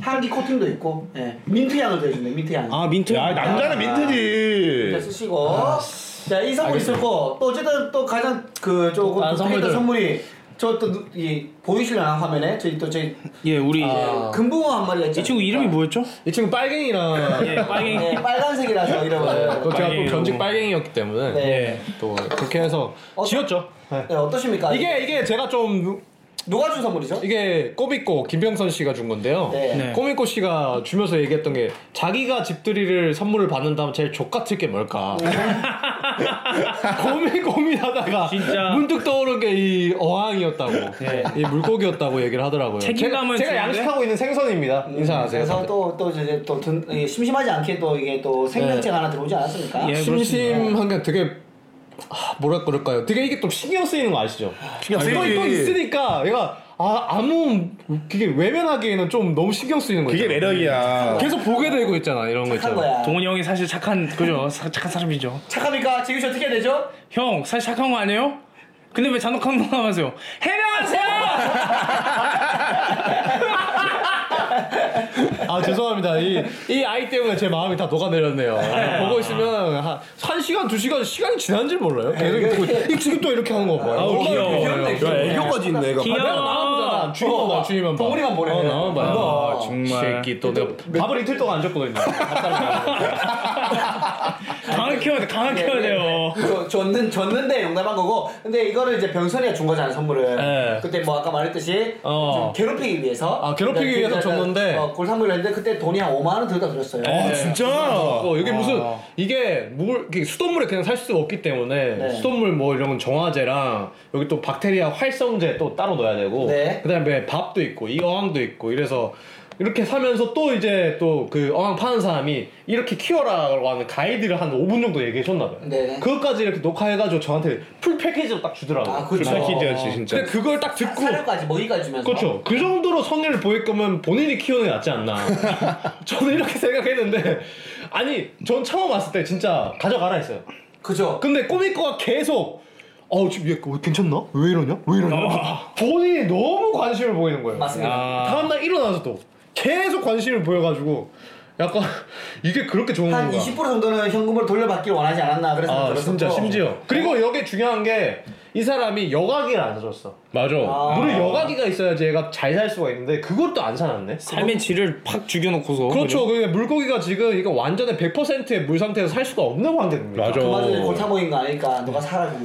A: 향기 코팅도 있고, 예. 민트 향을 대주네. 민트 향.
C: 아 민트.
B: 야 남자는
A: 이렇게
B: 민트지.
A: 쓰시고
B: 아,
A: 자 이 선물 있었고 또 어쨌든 또 가장 그 조금
D: 아,
A: 독특했던
D: 선물들.
A: 선물이 저또이 보이시려나 화면에 저희 또 저희
C: 예 우리
A: 금붕어 한 마리가 있죠
C: 이 친구 이름이 뭐였죠?
D: 이 친구 빨갱이랑.
C: 예 빨갱이. 네.
A: 네, 빨간색이라서
D: 그거
A: 이름을
D: 제가 또
C: 빨갱이로.
D: 견직 빨갱이였기 때문에
A: 네.
D: 또 그렇게 해서
A: 어,
D: 지었죠.
A: 네, 어떠십니까?
D: 이게 이게 제가 좀 누-
A: 누가 준 선물이죠?
D: 이게 꼬미꼬 김병선 씨가 준 건데요.
A: 네.
C: 네.
D: 꼬미꼬 씨가
B: 네.
D: 주면서 얘기했던 게 자기가 집들이를 선물을 받는다면 제일 족같을 게 뭘까? 고민 고민하다가
C: 진짜. 네.
D: 문득 떠오른 게 이 어항이었다고 이 물고기였다고 얘기를 하더라고요.
C: 책임감은
D: 제가, 제가
C: 좋은데?
D: 양식하고 있는 생선입니다.
B: 음,
D: 인사하세요.
A: 그래서 또또 이제 또 든, 이 심심하지 않게 또 이게 또 생명체가
D: 네.
A: 하나 들어오지 않았습니까?
C: 예,
D: 아, 심심한 게 되게 아, 뭐라 그럴까요? 되게 이게 또 신경 쓰이는 거 아시죠?
B: 신경
D: 또,
B: 쓰이지.
D: 또 있으니까 얘가 아 아무 그게 외면하기에는 좀 너무 신경 쓰이는 거죠.
B: 그게 매력이야.
D: 계속 보게 되고 있잖아 이런 거
A: 착한
D: 있잖아.
A: 거야.
C: 동훈이 형이 사실 착한 그죠? 사- 착한 사람이죠.
A: 착합니까? 재규 씨 어떻게 해야 되죠?
C: 형 사실 착한 거 아니에요? 근데 왜 잔혹한 거 하세요? 해명하세요!
D: 아 죄송합니다. 이, 이 아이 때문에 제 마음이 다 녹아내렸네요. 보고 있으면 한, 한 시간 두 시간 시간이 지난 줄 몰라요. 계속 이렇게 보고 이 지금 또 이렇게 하는 거 봐요.
C: 아우, 귀여워.
B: 야, 애교까지 있네. 이거.
D: 내가 나만 보잖아. 주인만 봐. 주인만 봐.
A: 덩어리만 보네.
D: 어, 나만 봐.
A: 봐.
C: 아, 정말.
D: 새끼 또 내가 밥을 이틀 동안 안 줬거든요.
C: 강하게 키워야 돼, 강하게 키워야 돼요.
A: 예, 저- 줬는, 줬는데 용납한 거고 근데 이거를 이제 병선이가 준 거잖아 선물을
D: 네.
A: 그때 뭐 아까 말했듯이
D: 어.
A: 좀 괴롭히기 위해서 네,
D: 아, 괴롭히기 위해서 줬는데.
A: 어, 골상물을 했는데 그때 돈이 한 5만 원 들다 들었어요
D: 네.
A: 네.
B: 아, 진짜?
D: 어, 이게 무슨 이게 물 이게 수돗물에 그냥 살 수가 없기 때문에
A: 네.
D: 수돗물 뭐 이런 건 정화제랑 여기 또 박테리아 활성제 또 따로 넣어야 되고
A: 네.
D: 그다음에 밥도 있고 이 어항도 있고 이래서 이렇게 사면서 또 이제 또 그 어항 파는 사람이 이렇게 키워라라고 하는 가이드를 한 5분 정도 얘기해 줬나 봐요.
A: 네.
D: 그것까지 이렇게 녹화해가지고 저한테 풀 패키지로 딱 주더라고요.
A: 아, 그쵸.
B: 진짜 키즈였지, 진짜.
D: 근데 그걸 딱 듣고
A: 사료까지 먹이까지 주면서
D: 그렇죠. 그 정도로 성의를 보일 거면 본인이 키우는 게 낫지 않나. 저는 이렇게 생각했는데 아니 전 처음 왔을 때 진짜 가져가라 했어요.
A: 그죠
D: 근데 꼬미꼬가 계속 어 지금 얘 어, 괜찮나? 왜 이러냐? 왜 이러냐? 본인이 너무 관심을 보이는 거예요.
A: 아.
D: 아.
A: 맞습니다.
D: 다음날 일어나서 또 계속 관심을 보여가지고 약간 이게 그렇게 좋은
A: 한
D: 건가?
A: 20% 정도는 현금으로 돌려받길 원하지 않았나 그래서
D: 아
A: 들었었고.
D: 진짜 심지어 그리고 여기 중요한 게 이 사람이 여과기를 안 사줬어.
B: 맞아.
A: 아.
D: 물을 여과기가 있어야지 얘가 잘 살 수가 있는데 그것도 안 사놨네.
C: 삶의 질을 팍 죽여놓고서.
D: 그렇죠. 그 물고기가 지금 이거 완전히 100%의 물 상태에서 살 수가 없는 관계입니다.
B: 맞아.
C: 그렇죠.
A: 그마저는 골타보인 거 아닐까 너가 사라고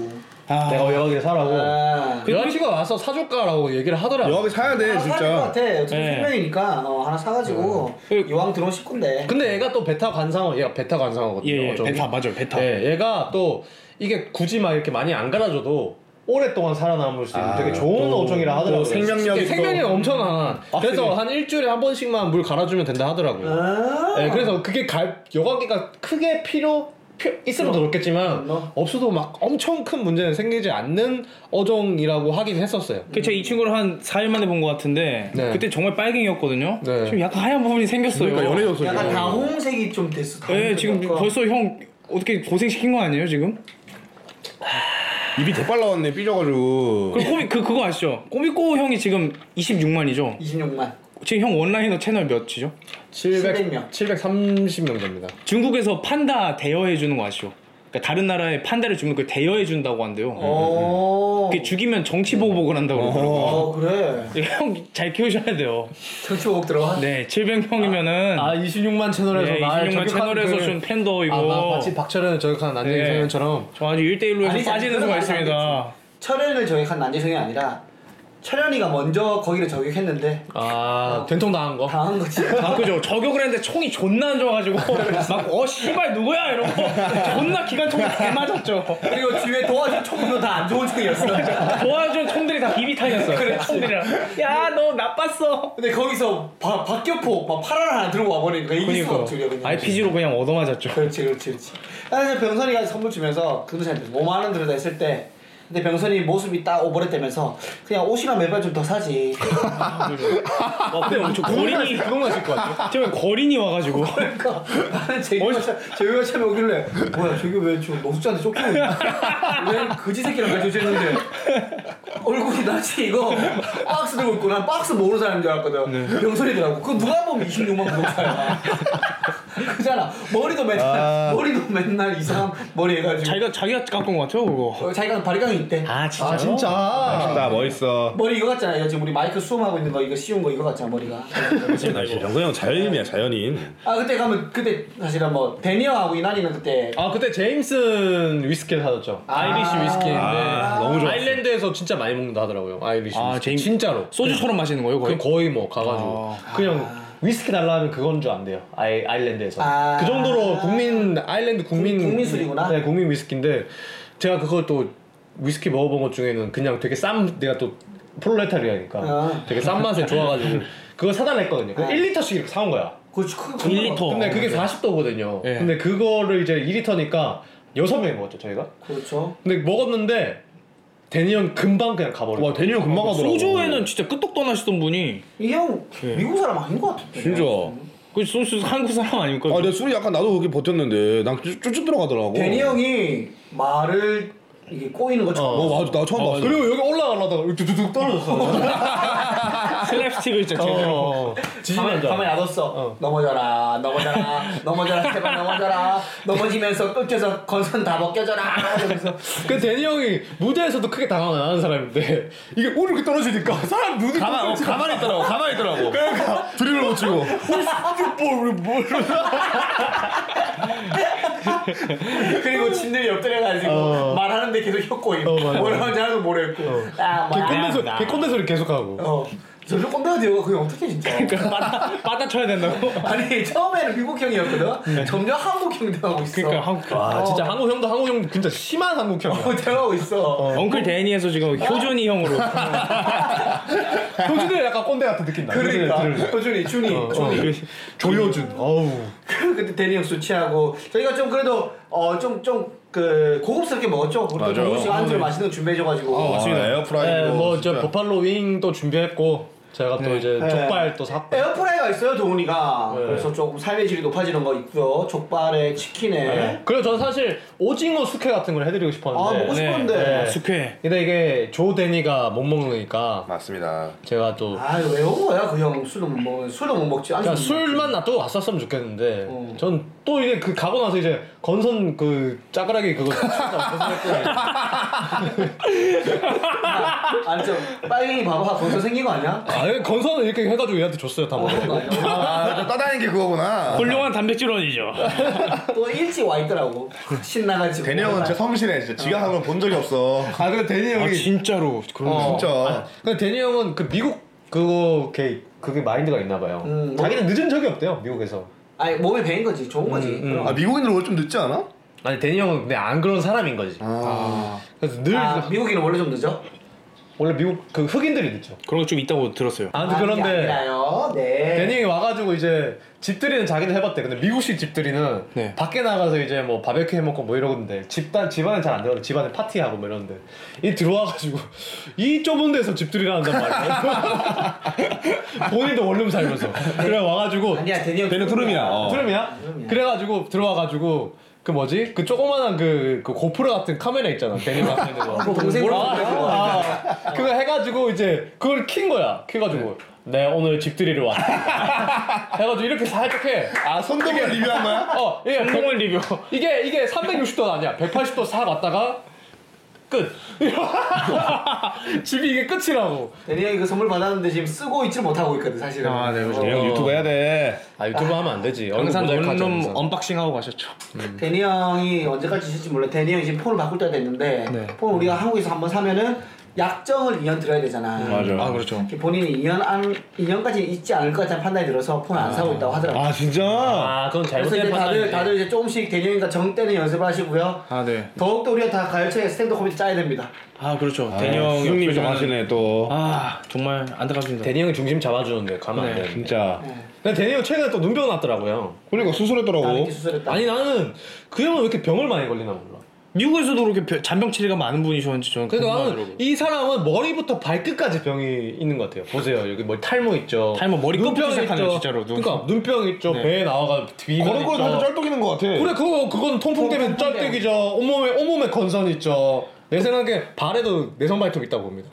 D: 내가 외곽에
C: 어.
D: 살라고. 그
A: 아.
D: 여자친구가 와서 사줄까라고 얘기를 하더라고.
B: 여기 아, 사야 돼,
A: 하나 사야 될것
B: 진짜.
A: 같아 어차피
C: 네.
A: 생명이니까 어, 하나 사가지고
C: 그-
A: 이왕 들어온 식구인데
D: 근데 얘가 또 베타 관상어, 얘가 베타 관상어거든요.
C: 예, 예
D: 어쩌고.
C: 베타 맞아요, 베타.
D: 예, 얘가 또 이게 굳이 막 이렇게 많이 안 갈아줘도 오랫동안 살아남을 수 있는
B: 아,
D: 되게 좋은 어종이라 하더라고요.
B: 또 생명력이
D: 이게 생명력이
B: 또-
D: 엄청난. 그래서 한 일주일에 한 번씩만 물 갈아주면 된다 하더라고요.
A: 아.
D: 예, 그래서 그게 갈 여과기가 크게 필요 필- 있으면 더 그렇겠지만
A: 물론.
D: 없어도 막 엄청 큰 문제는 생기지 않는 어종이라고 하긴 했었어요.
C: 그 제가 이 친구를 한 4일 만에 본 것 같은데
D: 네.
C: 그때 정말 빨갱이였거든요.
D: 네.
C: 지금 약간 하얀 부분이 생겼어요.
B: 그러니까 연애였어.
A: 약간 다홍색이 좀 됐어
C: 예, 지금 벌써 형 어떻게 고생 시킨 거 아니에요 지금?
B: 입이 대빨 나왔네, 삐져가지고.
C: 그리고 꼬미 그 그거 아시죠? 꼬미꼬 형이 지금 26만이죠.
A: 26만
C: 지금 형 원라이너 채널 몇이죠?
D: 700
A: 700명.
D: 730명 됩니다.
C: 중국에서 판다 대여해 주는 거 아시죠? 그러니까 다른 나라에 판다를 주면 그 대여해 준다고 한대요.
A: 오.
C: 네, 그게 죽이면 정치 보복을 한다고 그러더라고요.
A: 어 그래.
C: 형 잘 키우셔야 돼요.
A: 정치보복 들어와.
C: 네, 700명이면은
D: 아 26만 채널에서
C: 네, 26만 채널에서 준 팬더 이거.
D: 아, 마치 박철현 저격한 난쟁이
C: 네.
D: 소년처럼
C: 저 아주 1대1로 해서
A: 아니지,
C: 빠지는
A: 그런
C: 수가
A: 말은
C: 있습니다.
A: 철현을 저격한 난재성이 아니라 철현이가 먼저 거기를 저격했는데
D: 아 된통 당한 거.
A: 당한 거지.
C: 아 그죠 저격을 했는데 총이 존나 안 좋아가지고 막 어 씨발 누구야 이러고 존나 기관총이 개 맞았죠
A: 그리고 주위에 도와준 총도 다 안 좋은 총이었어.
C: 도와준 총들이 다 비비탄이었어요 그래 총들이랑 야 너 나빴어
A: 근데 거기서 바, 박격포 막 파란 하나 들고 와버리니까 이길 수가
C: 그니까
A: 없죠 그냥.
C: RPG로 그냥 얻어맞았죠
A: 그렇지 그렇지 그렇지. 그래서 병선이가 선물 주면서 그도 잘 5만 원 들여다 했을 때. 근데 병선이 모습이 딱 오버랩되면서 그냥 옷이나 맨발 좀 더 사지.
C: 와 근데 엄청 아, 거린이
D: 그것만 쓸것 같아.
C: 지금 거린이 와가지고
A: 그러니까 나는 재규가 참- 재규가 참 오길래 뭐야 재규 왜 지금 노숙자한테 쫓기고 있냐 왜 거지 새끼랑 같이 오셨는데 얼굴이 나지 이거 박스 들고 있고 난 박스 모르는 사람인 줄 알았거든 병선이더라고 그거 누가 보면 26만 구독자야 그잖아 머리도 맨날 머리도 맨날 이상한 머리 해가지고
C: 자기가 자기가 깎은 것 같아요 그거
A: 어, 자기가 바리깡이 있대
C: 아 진짜요?
D: 아 진짜.
B: 나 멋있어.
A: 머리 이거 같잖아 이거 지금 우리 마이크 수음하고 있는 거 이거 씌운 거 이거 같잖아 머리가
B: 정근형 자연인이야, 자연인.
A: 아 그때 가면 그때 사실은 뭐 데니어하고 이난이는 그때
D: 아 그때 제임슨 위스키를 사줬죠.
A: 아.
D: 아이리시 위스키인데
B: 아, 너무 좋았어.
D: 아일랜드에서 진짜 많이 먹는다 하더라고요. 아이리시
C: 아,
D: 위스키.
C: 제임-
D: 진짜로.
C: 소주처럼 마시는 거예요
D: 거의,
C: 거의?
B: 아.
D: 거의 뭐 가가지고 그냥 위스키 달라 하면 그건 줄 안 돼요. 아이, 아일랜드에서.
A: 아.
D: 그 정도로 국민 아일랜드 국민
A: 국- 국민 술이구나.
D: 네, 국민 위스키인데 제가 그걸 또 위스키 먹어본 것 중에는 그냥 되게 싼 내가 또 프롤레타리아니까
A: 아.
D: 되게 싼 맛에 좋아가지고 그거 사달라 했거든요. 그
A: 아.
D: 1리터씩 이렇게 사온 거야.
A: 그렇지 크게
B: 어,
C: 1리터.
D: 근데 그게
B: 네.
D: 40도거든요.
C: 예.
D: 근데 그거를 이제 2리터니까 6명이 먹었죠, 저희가.
A: 그렇죠.
D: 근데 먹었는데 데니 형 금방 그냥 어, 가버려.
B: 와 대니 형 금방 가더라고.
C: 소주에는 진짜 끄떡도 안 하시던 분이
A: 이 형 미국 사람 아닌 것 같은데.
B: 진짜.
C: 그 소주 한국 사람 아닙니까? 그
B: 아, 내 술이 약간 나도 그렇게 버텼는데 난 쭈- 쭈쭈 들어가더라고.
A: 대니 형이 말을 이게 꼬이는 것처럼.
B: 어 맞아 나 처음 봤어.
D: 그리고 여기 올라가려다가 이렇게 뚝뚝 떨어졌어.
C: 슬랩스틱을 진짜 제대로.
D: 어.
A: 가만,
D: 지진난다.
A: 가만히 놔뒀어. 넘어져라, 넘어져라, 넘어져라, 제발 넘어져라. 넘어지면서 꺾여서 건선 다 벗겨져라. 그래서
D: 그 데니 형이 무대에서도 크게 당황 안 하는 사람인데 이게 오르 이렇게 떨어지니까 사람 눈이
B: 가만 어, 가만히 있더라고. 가만히 있더라고. 그러니까 드립을 못 치고.
D: 뭘
A: 그리고 친들 옆들에가지고
D: 어.
A: 말하는데 계속 혀 꼬임.
D: 어, 맞아.
A: 뭐라고 하는지 하나도 모르겠고. 아,
D: 걔 꼰대
A: 뭐야.
D: 소리 걔그 꼰대 소리 계속하고.
A: 어. 저저 꼰대가 되고 그게 어떻게 진짜.
C: 그러니까. 빠다 빠다 쳐야 된다고.
A: 아니 처음에는 미국 형이었거든. 점점 한국 형 되고 있어.
C: 그러니까 한국
D: 와 아, 진짜 한국 형도 한국 형 진짜 심한 한국 형이야.
A: 어, 되고 있어.
C: 엉클 데니에서 지금 효준이 형으로
D: 효준이 약간 꼰대 같은 느낌 나.
A: 그러니까
D: 효준이 들을-
A: 호준이 준이
D: 어,
A: 준이
D: 어. 조효준. 어우.
A: 그때 대리 형술 취하고 저희가 좀 그래도 어좀좀 그 고급스럽게 먹었죠. 우리
B: 맞아요.
A: 또 조금씩 안주를 맛있는 거 준비해줘가지고.
B: 맞습니다. 아, 에어프라이어.
D: 네, 뭐저 버팔로 윙도 준비했고 제가 또 이제
A: 네.
D: 족발 또 샀고.
A: 에어프라이가 있어요 도훈이가. 그래서 조금 삶의 질이 높아지는 거 있어. 족발에 치킨에.
D: 그리고 저는 사실 오징어 숙회 같은 걸 해드리고
A: 아
D: 싶었는데.
A: 먹고 싶었는데.
D: 네. 네.
C: 숙회.
D: 근데 이게 조 데니가 못 먹으니까
B: 맞습니다.
D: 제가 또
A: 아유 왜온 거야 그 형 술도 못 먹, 술도 못 먹지. 안주
D: 그냥
A: 못
D: 술만 놔두고 왔었으면 좋겠는데
A: 어.
D: 전 또 이제 그 가고 나서 이제 건선 그 짜그라기 그거
A: 먹지. 아니 저 빨갱이 봐봐 벌써 생긴 거 아니야?
D: 아 건선은 이렇게 해가지고 얘한테 줬어요 다
A: 먹은 거
D: 먹어
A: 아니야?
B: 아, 따다니는 게 그거구나.
C: 훌륭한 단백질원이죠.
A: 아, 또 일찍 와 있더라고. 신나가지고.
B: 대니 형은 진짜 성실해. 진짜 지가 하는 걸본 적이 없어.
D: 아 근데 데니
C: 아 진짜로 그런
B: 어.
C: 거.
B: 진짜.
D: 근데 데니 형은 그 미국 그거 걔 그게 마인드가 있나 봐요
A: 음, 뭐-
D: 자기는 늦은 적이 없대요 미국에서
A: 아니 몸에 배인 거지 좋은 거지. 그럼.
B: 아 미국인들 원래 좀 늦지 않아?
D: 아니 데니 형은 근데 안 그런 사람인 거지
B: 아.
D: 그래서 늘
A: 아, 미국인은 원래 좀 늦어?
D: 원래 미국 그 흑인들이 늦죠
C: 그런 거 좀 있다고 들었어요.
D: 아무튼
A: 아니,
D: 그런데
A: 아니라요. 네.
D: 데니 형이 와가지고 이제 집들이는 자기도 해봤대. 근데 미국식 집들이는
C: 네.
D: 밖에 나가서 이제 뭐 바베큐 해먹고 뭐 이러는데 집단 집안에 잘 안 들어가. 집안에 파티하고 뭐 이러는데 이 들어와가지고 이 좁은 데서 집들이를 한단 말이야. 본인도 원룸 살면서 그래 와가지고
A: 아니야 대니 형.
B: 대니 트름이야. 어.
D: 트름이야? 그래가지고 들어와가지고 그 뭐지 그 조그만한 그, 그 고프로 같은 카메라 있잖아 데니 앞에 있는 거.
A: 동생
D: 아,
A: 보고
D: 아, 그거 해가지고 이제 그걸 킨 거야. 켜가지고 네 오늘 집들이를 왔. 해가지고 이렇게 살짝 해.
B: 아 손동을 리뷰한 거야?
D: 어, 예.
C: 성공을 리뷰.
D: 이게 이게 360도 아니야. 180도 사 왔다가 끝. 집이 이게 끝이라고.
A: 대니 형이 그 선물 받았는데 지금 쓰고 있지 못하고 있거든 사실은.
D: 네,
A: 어.
B: 대니
D: 그렇죠.
B: 형 유튜브 해야 돼.
D: 아 유튜브 하면 안 되지.
C: 영상 원룸 언박싱 하고 가셨죠.
A: 대니 형이 언제까지 있을지 몰라. 대니 형이 지금 폰을 바꿀 때가 됐는데 폰 우리가 한국에서 한번 사면은 약정을 2년 들어야 되잖아.
B: 맞아.
C: 그렇죠.
A: 이렇게 본인이 2년 안 2년까지 있지 않을 것 같다는 판단이 들어서 폰 안 사고 있다고 하더라고.
B: 아 진짜.
D: 아 그건
A: 그래서
D: 잘못된
A: 이제 다들
D: 판단이지.
A: 다들 이제 조금씩 대니 형이니까 정 때는 연습을 하시고요.
C: 아 네.
A: 더욱더 우리가 다 가열차게 스탠드 코미디 짜야 됩니다.
C: 아 그렇죠.
D: 네.
B: 대니 형
C: 대니형
B: 형님 좀 하시네 또.
C: 아 정말 안타깝습니다.
D: 데니 형이 중심 잡아주는데 가면 안
C: 네.
D: 돼.
B: 진짜.
D: 근데 데니 형 최근에 또 눈병 났더라고요.
B: 그러니까
A: 나
B: 수술했더라고.
A: 이렇게 수술했다.
D: 아니 나는 그 형은 왜 이렇게 병을 많이 걸리나 몰라.
C: 미국에서도 그렇게 벼- 잔병 치레가 많은 분이셨는지 저는
D: 그러니까 나는
C: 궁금하더라고요.
D: 이 사람은 머리부터 발끝까지 병이 있는 것 같아요. 보세요 여기 뭐 탈모 있죠.
C: 탈모, 머리 끝부터
D: 눈병
C: 시작하네요,
D: 있죠.
C: 진짜로. 눈. 네.
D: 그러니까 눈병 있죠. 배에 나와가 뒤가
B: 그런 거 다들 쩔뚝이는 것 같아.
D: 어. 그래 그거 그건 통풍
C: 어,
D: 때문에
A: 통풍 때문에.
D: 쩔뚝이죠. 온몸에 온몸에 건선 있죠. 내 생각에 발에도 내성 발톱 있다고 봅니다.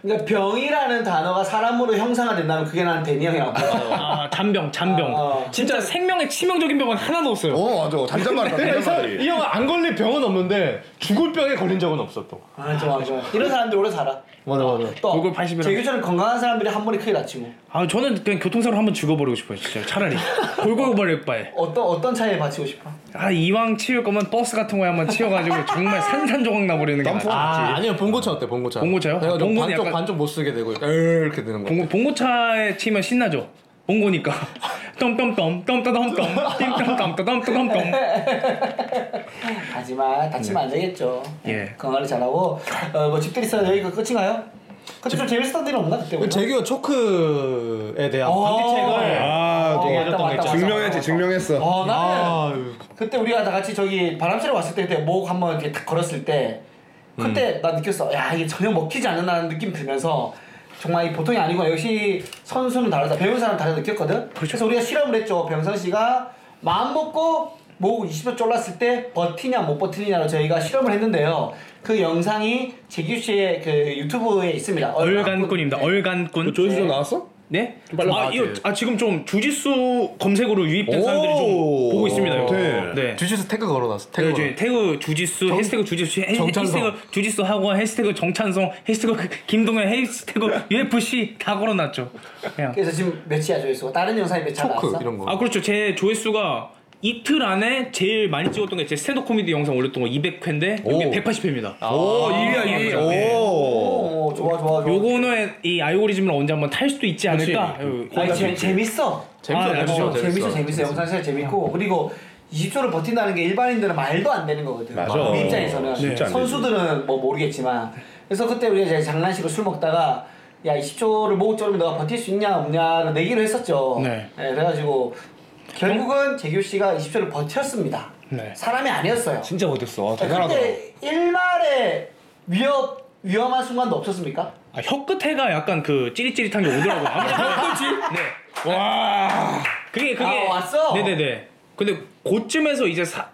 A: 그러니까 병이라는 단어가 사람으로 형상화된다면 그게 나는 대니 형이라고. 봐요.
C: 아 잔병 잔병.
A: 아, 아.
C: 진짜 생명에 치명적인 병은 하나도 없어요.
B: 어 맞아. 단짠말이다.
D: 근데 이, 사람,
C: 네.
D: 이
B: 단짠말이.
D: 형은 안 걸릴 병은 없는데 죽을 병에 걸린 적은 없었던.
A: 아, 좋아, 좋아. 이런 사람들 오래 살아.
D: 맞아 맞아.
A: 또
C: 얼굴 80이라 이라.
A: 제규처럼 건강한 사람들이 한 번에 뭐. 크게 다치고.
C: 아 저는 그냥 교통사고로 한번 죽어버리고 싶어요 진짜 차라리 골고루 버릴 바에
A: 어떤 어떤 차에 바치고 싶어?
C: 아 이왕 치울 거면 버스 같은 거에 한번 치여가지고 정말 산산조각 나버리는 게
B: 덤프?
C: 낫지
D: 아 아니요 봉고차 어때 봉고차.
C: 봉고차요?
D: 내가
C: 봉고는
D: 반쪽
C: 약간-
D: 반쪽 못 쓰게 되고 이렇게 못 쓰게 되는 거.
C: 봉고, 봉고차에 치면 신나죠 본 거니까 덤덤덤 덤덤덤 덤덤덤 덤덤덤
A: 하지만 다치면 안 되겠죠.
C: 예.
A: 건강을 잘하고 어, 뭐 집들이 스타 여기가 끝인가요? 근데 좀 재밌는 스타들이 없나 그때? 보면?
D: 어, 재규가 초크에 대한
A: 어,
D: 관계책을
B: 아,
A: 어,
B: 되게
A: 맞다, 맞다, 맞다, 맞다,
B: 증명했지,
A: 맞다.
B: 증명했어.
A: 어 나는
D: 아,
A: 그때 우리가 다 같이 저기 바람쐬러 왔을 때 그때 목 한번 이렇게 탁 걸었을 때 그때
D: 음.
A: 나 느꼈어 야 이게 전혀 먹히지 않는다는 느낌 들면서 정말 이 보통이 아니고 역시 선수는 다르다 배운 사람 다르다 느꼈거든
D: 그렇죠.
A: 그래서 우리가 실험을 했죠 병선 씨가 마음 먹고 목 20초 졸랐을 때 버티냐 못 버티냐로 저희가 실험을 했는데요 그 영상이 재규 씨의 그 유튜브에 있습니다
C: 얼간꾼입니다. 얼간꾼.
B: 그 조회수 좀 나왔어?
C: 네?
D: 좀 빨리
C: 아,
D: 나와야
C: 이거
D: 돼.
C: 아 지금 좀 주짓수 검색으로 유입된
B: 오.
C: 사람들이 좀 보고 있습니다. 이거.
B: 네.
C: 네.
D: 주짓수 태그 걸어놨어. 태그
C: 네, 이제 태그 주짓수 해시태그 주짓수 해,
D: 정찬성.
C: 해시태그 주짓수 하고 해시태그 정찬성 해시태그 김동현 해시태그 UFC 다 걸어놨죠. 그냥.
A: 그래서 지금 몇이야 조회수가 다른 영상이 몇이
D: 걸어놨어.
A: 나왔어?
D: 초크 이런 거.
C: 아 그렇죠. 제 조회수가 이틀 안에 제일 많이 찍었던 게 제 스탠드 코미디 영상 올렸던 거 200회인데
B: 오.
C: 이게 180회입니다.
D: 아.
B: 오, 1위야, 1위.
D: 네.
B: 오.
A: 오 좋아 좋아 좋아
C: 요거는 이 알고리즘을 언제 한번 탈 수도 있지 않을까? 어,
A: 아니 재- 재밌어 네.
D: 재밌어,
C: 아,
D: 재밌어,
A: 어, 재밌어 재밌어 영상 진짜 재밌고 그리고 20초를 버틴다는 게 일반인들은 말도 안 되는 거거든
B: 맞아.
A: 우리 입장에서는
B: 진짜 안 되지.
A: 선수들은 뭐 모르겠지만 그래서 그때 우리가 이제 장난식으로 술 먹다가 야 20초를 못 졸면 너가 버틸 수 있냐 없냐를 내기를 했었죠
C: 네.
A: 그래가지고 결국은 재규 씨가 20초를 버텼습니다
C: 네.
A: 사람이 아니었어요
B: 진짜 못했어.
A: 그때 일말의 위협 위험한 순간도 없었습니까?
C: 아, 혀 끝에가 약간 그 찌릿찌릿한 게 오더라고요. 혀 끝이? 네.
B: 와.
C: 그게 그게
A: 아, 왔어?
C: 네네네. 근데 그쯤에서 이제 사,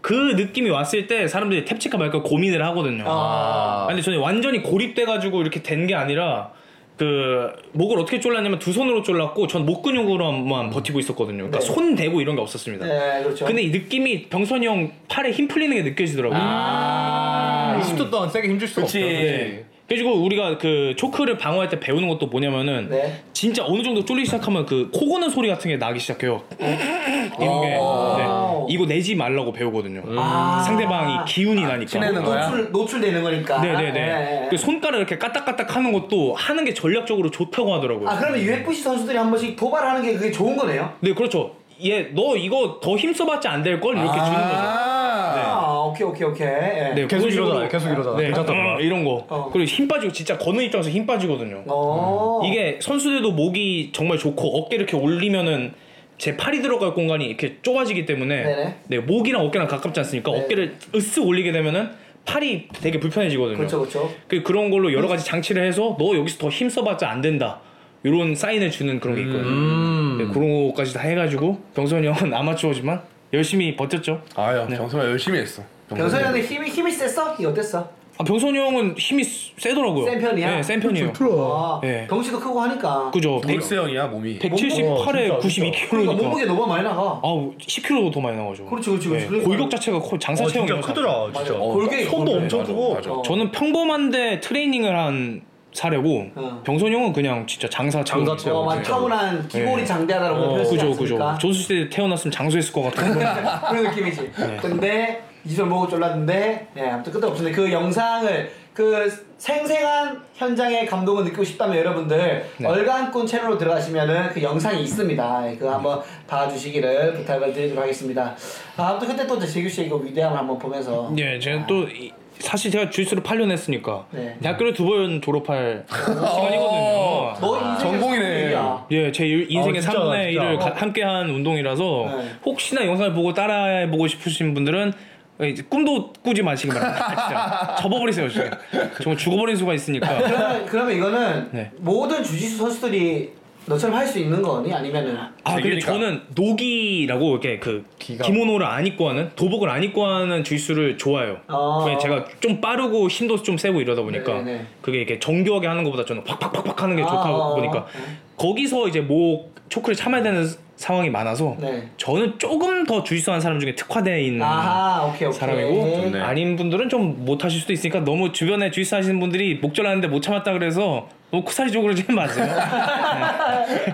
C: 그 느낌이 왔을 때 사람들이 탭칠까 말까 고민을 하거든요.
A: 아.
C: 아, 근데 저는 완전히 고립돼가지고 이렇게 된 게 아니라 그 목을 어떻게 졸랐냐면 두 손으로 졸랐고 전 목 근육으로만 버티고 있었거든요. 그러니까
A: 네.
C: 손 대고 이런 게 없었습니다.
A: 네 그렇죠
C: 근데 이 느낌이 병선이 형 팔에 힘 풀리는 게 느껴지더라고요.
D: 아, 20초 동안 세게 힘줄 수가 없죠.
C: 네. 그래가지고 우리가 그 초크를 방어할 때 배우는 것도 뭐냐면은
A: 네.
C: 진짜 어느 정도 쫄리기 시작하면 그 코고는 소리 같은 게 나기 시작해요.
D: 음.
C: 이런 게 네. 이거 내지 말라고 배우거든요.
A: 아.
C: 상대방이 기운이 나니까.
D: 친해는 음. 거야? 아,
A: 노출, 노출되는 거니까.
C: 아, 네네네.
A: 예,
C: 그
A: 예.
C: 손가락 이렇게 까딱까딱 하는 것도 하는 게 전략적으로 좋다고 하더라고요.
A: 아 그러면 UFC 선수들이 한 번씩 도발하는 게 그게 좋은 거네요.
C: 네 그렇죠. 얘 너 이거 더 힘써봤자 안 될 걸 이렇게 주는 거죠.
B: 아.
A: 아 오케이 오케이 오케이. 예.
C: 네,
D: 계속
C: 그런 식으로-
D: 이러잖아요. 계속 이러잖아요.
C: 네,
D: 괜찮다.
C: 음, 이런 거.
A: 어.
C: 그리고 힘 빠지고 진짜 거는 입장에서 힘 빠지거든요.
A: 어.
C: 음. 이게 선수들도 목이 정말 좋고 어깨 이렇게 올리면은 제 팔이 들어갈 공간이 이렇게 좁아지기 때문에
A: 네네.
C: 네, 목이랑 어깨랑 가깝지 않습니까?
A: 네.
C: 어깨를 으쓱 올리게 되면은 팔이 되게 불편해지거든요.
A: 그렇죠 그렇죠.
C: 그 그런 걸로 여러 가지 장치를 해서 너 여기서 더 힘 써봤자 안 된다. 이런 사인을 주는 그런 게 있거든요.
A: 음.
C: 네, 그런 것까지 다 해가지고 병선이 형은 아마추어지만 열심히 버텼죠.
D: 네.
B: 아야, 정성아 열심히 했어.
A: 병선이 형의 힘이 힘이 셌어? 이게 어땠어?
C: 아, 병선이 형은 힘이 세- 세더라고요.
A: 센 편이야?
C: 네, 센 편이에요.
A: 아,
C: 예.
A: 덩치도 크고 하니까.
C: 그죠.
B: 백세 형이야 몸이.
C: 178에 92kg니까.
A: 그러니까 몸무게 너무 많이 나가.
C: 아우 10kg 더 많이 나가죠. 예,
A: 그렇지, 그렇지, 그렇지. 그러니까.
C: 골격 자체가 거의 장사 체형이
A: 진짜. 골격이
D: 손도 엄청 크고.
B: 맞아.
A: 어.
C: 저는 평범한데 트레이닝을 한 사례고
A: 어.
C: 병선 형은 그냥 진짜 장사 체형.
D: 장사 체형.
A: 어, 막
D: 진짜.
A: 타고난 기골이
C: 예.
A: 장대하다라고
C: 어,
A: 표현하지
C: 그죠, 그죠.
A: 않습니까?
C: 조수 시대 태어났으면 장수했을 것 같은.
A: 그런 느낌이지. 근데 이전 보고 졸랐는데, 예, 아무튼 끝도 없었는데 그 영상을 그 생생한 현장의 감동을 느끼고 싶다면 여러분들 얼간꾼 채널로 들어가시면은 그 영상이 있습니다. 예, 그거 한번 봐주시기를 부탁을 드리도록 하겠습니다. 아, 아무튼 그때 또 이제 재규 씨의 그 위대함을 한번 보면서
C: 예, 제가 또 이- 사실 제가 주짓수를 8년 했으니까
A: 네. 어.
C: 대학교를 두 번 졸업할 시간이거든요.
A: 너 인생
B: 전공이네.
C: 예, 제 일- 인생의
D: 아, 진짜,
C: 3분의
D: 진짜.
C: 1을 함께한 운동이라서
A: 네.
C: 혹시나 영상을 보고 따라해보고 싶으신 분들은 이제 꿈도 꾸지 마시기 바랍니다. 진짜 접어버리세요, 진짜. 정말 죽어버릴 수가 있으니까.
A: 그러면, 그러면 이거는
C: 네.
A: 모든 주짓수 선수들이 너처럼 할 수 있는 거니 아니면은
C: 아 근데
B: 제기니까.
C: 저는 노기라고 이렇게 그
D: 기가.
C: 기모노를 안 입고 하는 도복을 안 입고 하는 주짓수를 좋아해요.
A: 아.
C: 왜 제가 좀 빠르고 힘도 좀 세고 이러다 보니까
A: 네네네.
C: 그게 이렇게 정교하게 하는 것보다 저는 팍팍팍팍 하는 게
A: 아,
C: 좋다
A: 아, 아.
C: 보니까 거기서 이제 목 초크를 참아야 되는 상황이 많아서
A: 네.
C: 저는 조금 더 주짓수 하는 사람 중에 특화되어 있는
A: 아하 오케이 오케이
C: 사람이고
B: 좋네.
C: 아닌 분들은 좀 못 하실 수도 있으니까 너무 주변에 주짓수 하시는 분들이 목절하는데 못 참았다 그래서 너무 코사리 쪽으로 지금 맞아요.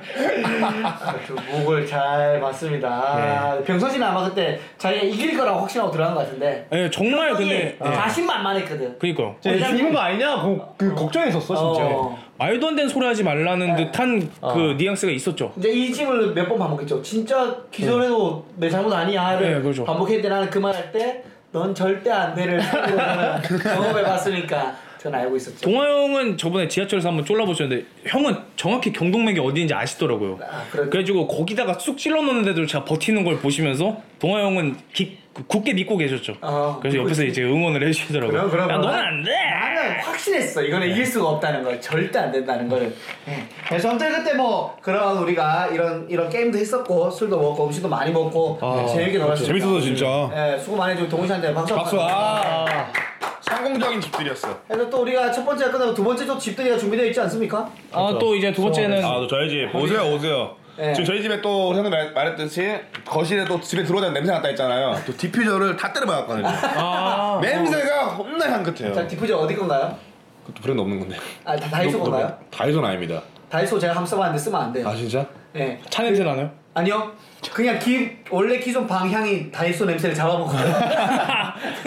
A: 그 목을 잘 봤습니다.
C: 네.
A: 병선 씨는 아마 그때 자기가 이길 거라고 확신하고 들어간 것 같은데.
C: 예, 정말 근데
A: 아. 형이 자신만만했거든.
C: 그니까요.
D: 아, 죽은 거 아니냐? 그, 그 걱정했었어, 진짜.
A: 어.
C: 말도 안 되는 소리 하지 말라는
A: 네.
C: 듯한 그 뉘앙스가 있었죠.
A: 이제 이 집을 몇 번 반복했죠. 진짜 기존에도 내 잘못 아니야를
C: 네, 그렇죠.
A: 반복했는데 나는 그 말 할 때, 넌 절대 안 돼를 속으로는 경험해봤으니까 전 알고 있었죠.
C: 동아 형은 저번에 지하철에서 한번 쫄라보셨는데 형은 정확히 경동맥이 어디인지 아시더라고요.
A: 아, 그래.
C: 그래가지고 거기다가 쑥 찔러 넣는데도 제가 버티는 걸 보시면서 동아 형은 기- 그 굳게 믿고 계셨죠.
A: 아,
C: 그래서 옆에서 이제 응원을
A: 그럼,
C: 해주시더라고요.
A: 그럼,
C: 야
A: 그럼.
C: 너는 안 돼.
A: 나는 네, 확신했어. 이거는 이길 수가 없다는 걸. 절대 안 된다는 거를. 네. 그래서 아무튼 그때 뭐 그런 우리가 이런 이런 게임도 했었고 술도 먹고 음식도 많이 먹고 네, 재밌게 놀았습니다.
B: 아, 그렇죠. 재밌었어 진짜.
A: 예, 수고 많이 해주고 동훈 씨한테 박수.
B: 박수.
A: 한번
B: 아. 성공적인 집들이었어.
A: 그래서 또 우리가 첫 번째 끝나고 두 번째 또 집들이가 준비되어 있지 않습니까?
C: 아 또 이제 두 번째는
B: 아, 또 저희 집 오세요, 오세요.
A: 네.
B: 지금 저희 집에 또 형님 말- 말했듯이 거실에 또 집에 들어오자마자 냄새 났다 했잖아요. 또 디퓨저를 다 때려박았거든요.
C: 아,
B: 뭐. 냄새가 겁나 향긋해요.
A: 자 디퓨저 어디 건가요?
B: 그것도 브랜드 없는 건데.
A: 아 다, 다이소 건가요?
B: 다이소는 아닙니다.
A: 다이소 제가 함 써봤는데 쓰면 안 돼요.
B: 아 진짜?
A: 예.
C: 차 냄새 나나요?
A: 아니요. 그냥 기 원래 기존 방향이 다이소 냄새를 잡아먹어요.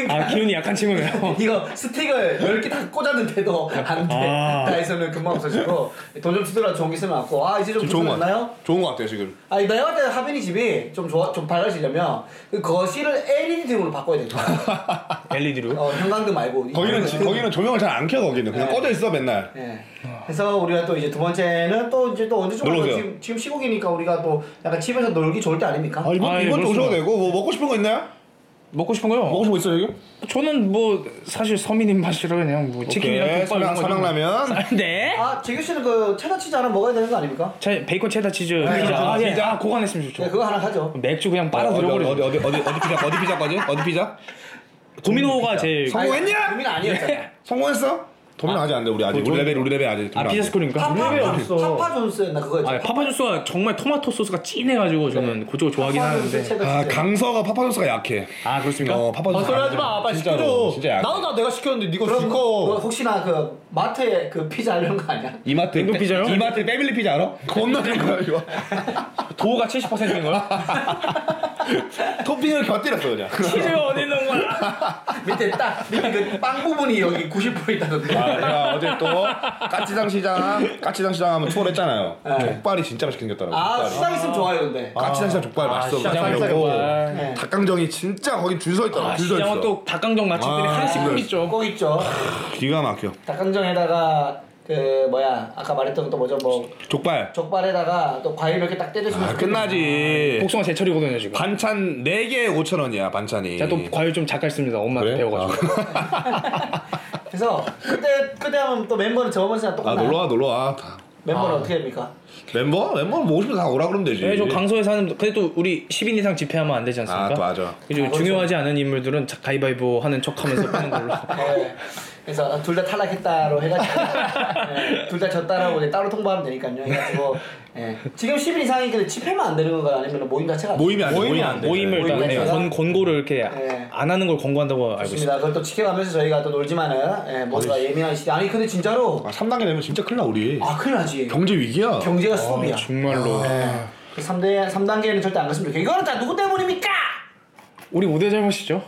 C: 아 기운이 약한 친구네요.
A: 이거 스틱을 10개 다 꽂았는데도 안 돼.
C: 아.
A: 다이소는 금방 없어지고 돈 좀 쓰더라도 좋은 게 있으면 갖고 아 이제 좀
B: 지금 좋은 거
A: 좋아졌나요?
B: 같아요. 좋은 거 같아요 지금.
A: 아니 내가 봤을 때 하빈이 집이 좀 좋아 좀 밝아지려면 그 거실을 LED 등으로 바꿔야 된다.
C: LED로.
A: 어, 형광등 말고.
B: 거기는 지- 거기는 조명을 잘 안 켜 거기는 그냥
A: 네.
B: 꺼져 있어 맨날.
A: 예. 그래서 우리가 또 이제 두 번째는 또 이제 또 언제 좀
B: 놀러
A: 와서
B: 오세요.
A: 지금 지금 시국이니까 우리가 또 약간 집에서 놀기 좋을 때 아닙니까?
B: 아 이번
C: 아, 예,
B: 이번 도
C: 그렇습니다.
B: 오셔도 되고 뭐 먹고 싶은 거 있나요?
C: 먹고 싶은 거요?
D: 뭐
B: 먹고 싶은 거 있어요 여기?
C: 저는 뭐 사실 서민 입맛이라 그냥 뭐
B: 예,
C: 치킨이랑 국밥
B: 삼양
C: 이런 거 좀-
B: 삼양라면.
C: 네.
A: 아 재규 씨는 그 체다 치즈 하나 먹어야 되는 거 아닙니까?
C: 자, 베이컨 체다 치즈
A: 피자.
C: 피자. 아, 예.
B: 네, 그렇죠. 피자.
C: 아, 고관했으면 좋죠.
A: 네 그거 하나 하죠.
C: 맥주 그냥
B: 아,
C: 빨아 들여버려.
B: 어디 어, 어디 어디 어디 피자 어디 피자까지? 어디 피자?
C: 도미노가 제일
B: 뭐 성공했냐? 네.
A: 아니, 고민 아니었잖아.
B: 성공했어? 도미노 아직 안 돼 어, 우리 아직 우리 레벨 우리 레벨 아직
C: 아 피자
B: 도미노 안 돼.
C: 스쿨인가?
A: 파파
D: 룰이 없어.
A: 파파 존스였나 그거죠.
C: 아, 파파주스가 정말 토마토 소스가 진해가지고
B: 네.
C: 저는 그쪽을 좋아하긴
A: 파파 존스
C: 하는데.
A: 체다 치즈.
B: 아 강서가 파파존스가 약해.
C: 아 그렇습니까?
B: 어 파파존스.
D: 소리 하지 마. 빨리
B: 진짜로,
D: 시켜줘.
B: 진짜 약해.
D: 나도 나 내가 시켰는데 네가
A: 그럼 너
D: 시켜.
A: 혹시나 그 마트에 그 피자 이런 거 아니야?
B: 이마트
C: 냉동 피자요?
B: 이마트 패밀리 피자 알아? 겁나 된 거야 이거.
C: 도우가 70%인 거야?
B: 토핑을 곁들였어 그냥.
C: 치즈가 어디 있는 거야?
A: 밑에 딱 밑에 그 빵 부분이 여기 90% 있다던데.
B: 아, 제가 어제 또 까치장 시장 까치장 시장 하면 투어했잖아요.
A: 네.
B: 족발이 진짜 맛있게 생겼더라고.
A: 아
B: 족발이.
A: 시장 있으면 좋아요 근데.
B: 까치장 시장 족발 맛있어.
D: 시장
B: 맛있고
C: 족발.
A: 네.
B: 닭강정이 진짜 거기 줄 서 있더라고.
C: 아,
B: 줄서 있어.
C: 시장은 또 닭강정 맛집들이
B: 아,
C: 하나씩 꼭
B: 네.
C: 있죠.
A: 꼭 있죠.
B: 기가 막혀.
A: 닭강정에다가 그 뭐야 아까 말했던 또 뭐죠 뭐
B: 족발.
A: 족발에다가 또 과일 몇 개 딱 때려주면
B: 아,
A: 좋겠다.
B: 끝나지.
C: 복숭아 제철이거든요 지금.
B: 반찬 4개에 5천 원이야 반찬이.
C: 제가 또 과일 좀 작가했습니다. 엄마한테
B: 예. 그래?
C: 배워가지고.
B: 아,
A: 그래서 그때 그때 하면 또 멤버는 저번 시간
B: 아
A: 똑같나?
B: 놀러 와 놀러 와. 다.
A: 멤버는 어떻게 합니까?
B: 멤버 멤버는 뭐 오시면 다 오라 그러면 되지.
C: 네, 저 강서에 사는 근데 또 우리 10인 이상 집회하면 안 되지 않습니까?
B: 아, 또 맞아.
C: 그리고 중요하지 않은 인물들은 자- 가위바위보 하는 척하면서 빼는 걸로.
A: 네. 그래서 둘 다 탈락했다로 해가지고 네. 둘 다 졌다라고 이제 따로 통보하면 되니까요. 해가지고 예. 지금 10일 이상이 근데 집회만 안 되는 건가 아니면 모임 자체가 안
B: 모임이 안 돼.
A: 모임이
B: 모임이
A: 안
B: 안 돼.
C: 모임을
A: 모임
C: 다 네,
A: 자체가?
C: 권, 권고를 이렇게
A: 네.
C: 안 하는 걸 권고한다고 알고 있습니다.
A: 좋습니다. 그걸 또 지켜가면서 저희가 또 놀지만은 예, 뭔가 예민한 시대. 아니 근데 진짜로
B: 아, 3단계 되면 진짜 큰일 나 우리.
A: 아 큰일 나지.
B: 경제 위기야.
A: 경제가 수업이야.
C: 정말로
A: 그 3대 3단계는 절대 안 갔으면 좋겠어. 이거는 다 누구 때문입니까?
C: 우리 무대 잘못이죠.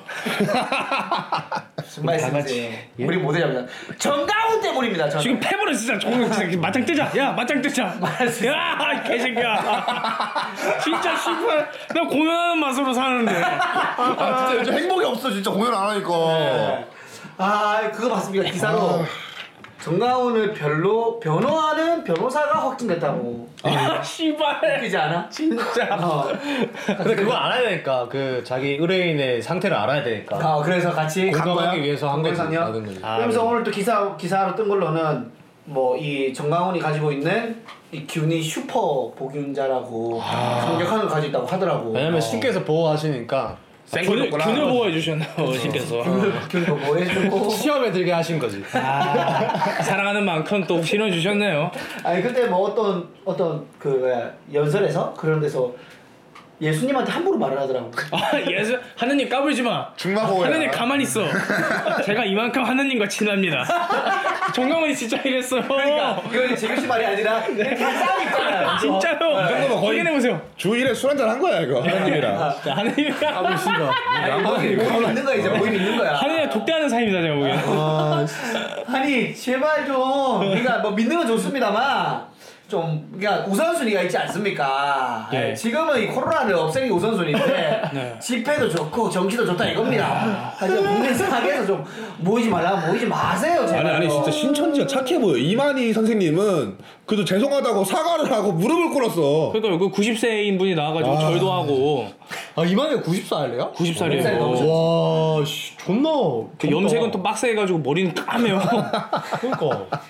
A: 무슨 말씀이세요? 우리 못 해잡니다. 정가훈 때문입니다. 저는.
C: 지금 패버려 진짜 종국 진짜 맞짱 뜨자. 야 맞짱 뜨자. 야 개새끼야. 진짜 씨발 나 공연하는 맛으로 사는데.
B: 아, 네. 진짜 요즘 행복이 없어 진짜 공연 안 하니까.
A: 아 그거 봤습니까 기사로 정가훈을 별로 변호하는 변호사가 확진됐다고
C: 아 씨발.
A: 웃기지 않아?
C: 진짜.
A: 어.
D: 근데 그거 알아야 되니까 그 자기 의뢰인의 상태를 알아야 되니까.
A: 아 그래서 같이
D: 공감하기 위해서 한 거지.
A: 공감상이요?
D: 받은 거지.
A: 그러면서 오늘 또 기사 기사로 뜬 걸로는 뭐 이 정강훈이 가지고 있는 이 기운이 슈퍼 복균자라고 강력한을 가지고 있다고 하더라고.
D: 아.
A: 어.
D: 왜냐면 신께서 보호하시니까 아,
C: 균을 균을 보호해 주셨나 어신께서.
A: 그리고 뭐
C: 어.
A: 해주고
D: 뭐 시험에 들게 하신 거지.
A: 아.
D: 아.
C: 사랑하는 만큼 또 실현 주셨네요.
A: 아니 그때 뭐 어떤 어떤 그 뭐야, 연설에서 그런 데서 예수님한테 함부로 말을 하더라고.
C: 아 예수 하느님 까불지 마.
B: 중마고야.
C: 하느님 가만히 있어. 제가 이만큼 하느님과 친합니다. 정강훈이 진짜 이랬어요.
A: 그러니까 이건 재규 씨 말이 아니라 이렇게 싸우고 있잖아요.
C: 진짜요. 네.
B: 정도면 거의-
C: 확인해 보세요. 아,
B: 주일에 술 한잔 한 거야 이거 하나님이랑.
C: 하느님
D: 가보신다.
A: 모임 뭐 있는 거야 이제 모임 있는 거야.
C: 하느님 독대하는 사이입니다 제가 보기엔.
A: 아니 제발 좀 그러니까 뭐 믿는 건 좋습니다만 좀 그러니까 우선순위가 있지 않습니까?
C: 예.
A: 아니, 지금은 이 코로나를 없애기 우선순위인데
C: 네.
A: 집회도 좋고 정치도 좋다 이겁니다. 하지만 국민 사회에서 좀 모이지 말라 모이지 마세요. 제발
B: 아니 아니 진짜 신천지가 착해 보여. 이만희 선생님은 그래도 죄송하다고 사과를 하고 무릎을 꿇었어.
C: 그러니까 그 90세인 분이 나와가지고 절도 하고
D: 아 이만해 90살 할래요?
C: 90살이에요.
B: 네,
A: 살 넘으셨-
D: 와, 씨, 존나.
C: 그 염색은 또 빡세해가지고 머리는
B: 네,
C: 까매요.
D: 그러니까.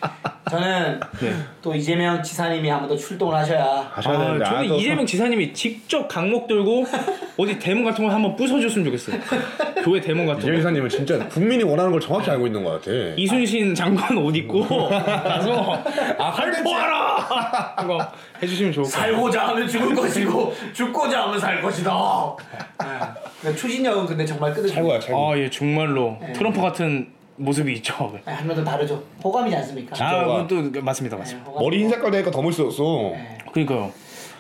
A: 저는 또 이재명 지사님이 한 번 더 출동을 하셔야
B: 가셔야
C: 아,
B: 되는데
C: 저는
B: 또-
C: 이재명 지사님이 직접 강목 들고 어디 대문 같은 걸 한번 부숴줬으면 좋겠어요. 교회 대문 같은
B: 이재명
C: 거.
B: 사님은 진짜 국민이 원하는 걸 정확히 알고 있는 것 같아.
C: 이순신 장관 옷 입고 가서
B: 아,
C: 할포하라! 그거 해주시면 좋을 것 같아요.
A: 살고자 하면 죽을 것이고 죽고자 하면 살 것이다. 네. 추진력은 근데 정말 끝을
B: 최고야 최고.
C: 아, 예, 정말로 트럼프 같은 모습이
B: 네.
C: 있죠.
A: 네, 한명더 다르죠. 호감이지 않습니까?
C: 아, 그건 또 맞습니다,
A: 네,
C: 맞습니다.
A: 호감.
B: 머리 흰 색깔 되니까 더 멋있었어.
C: 그러니까요.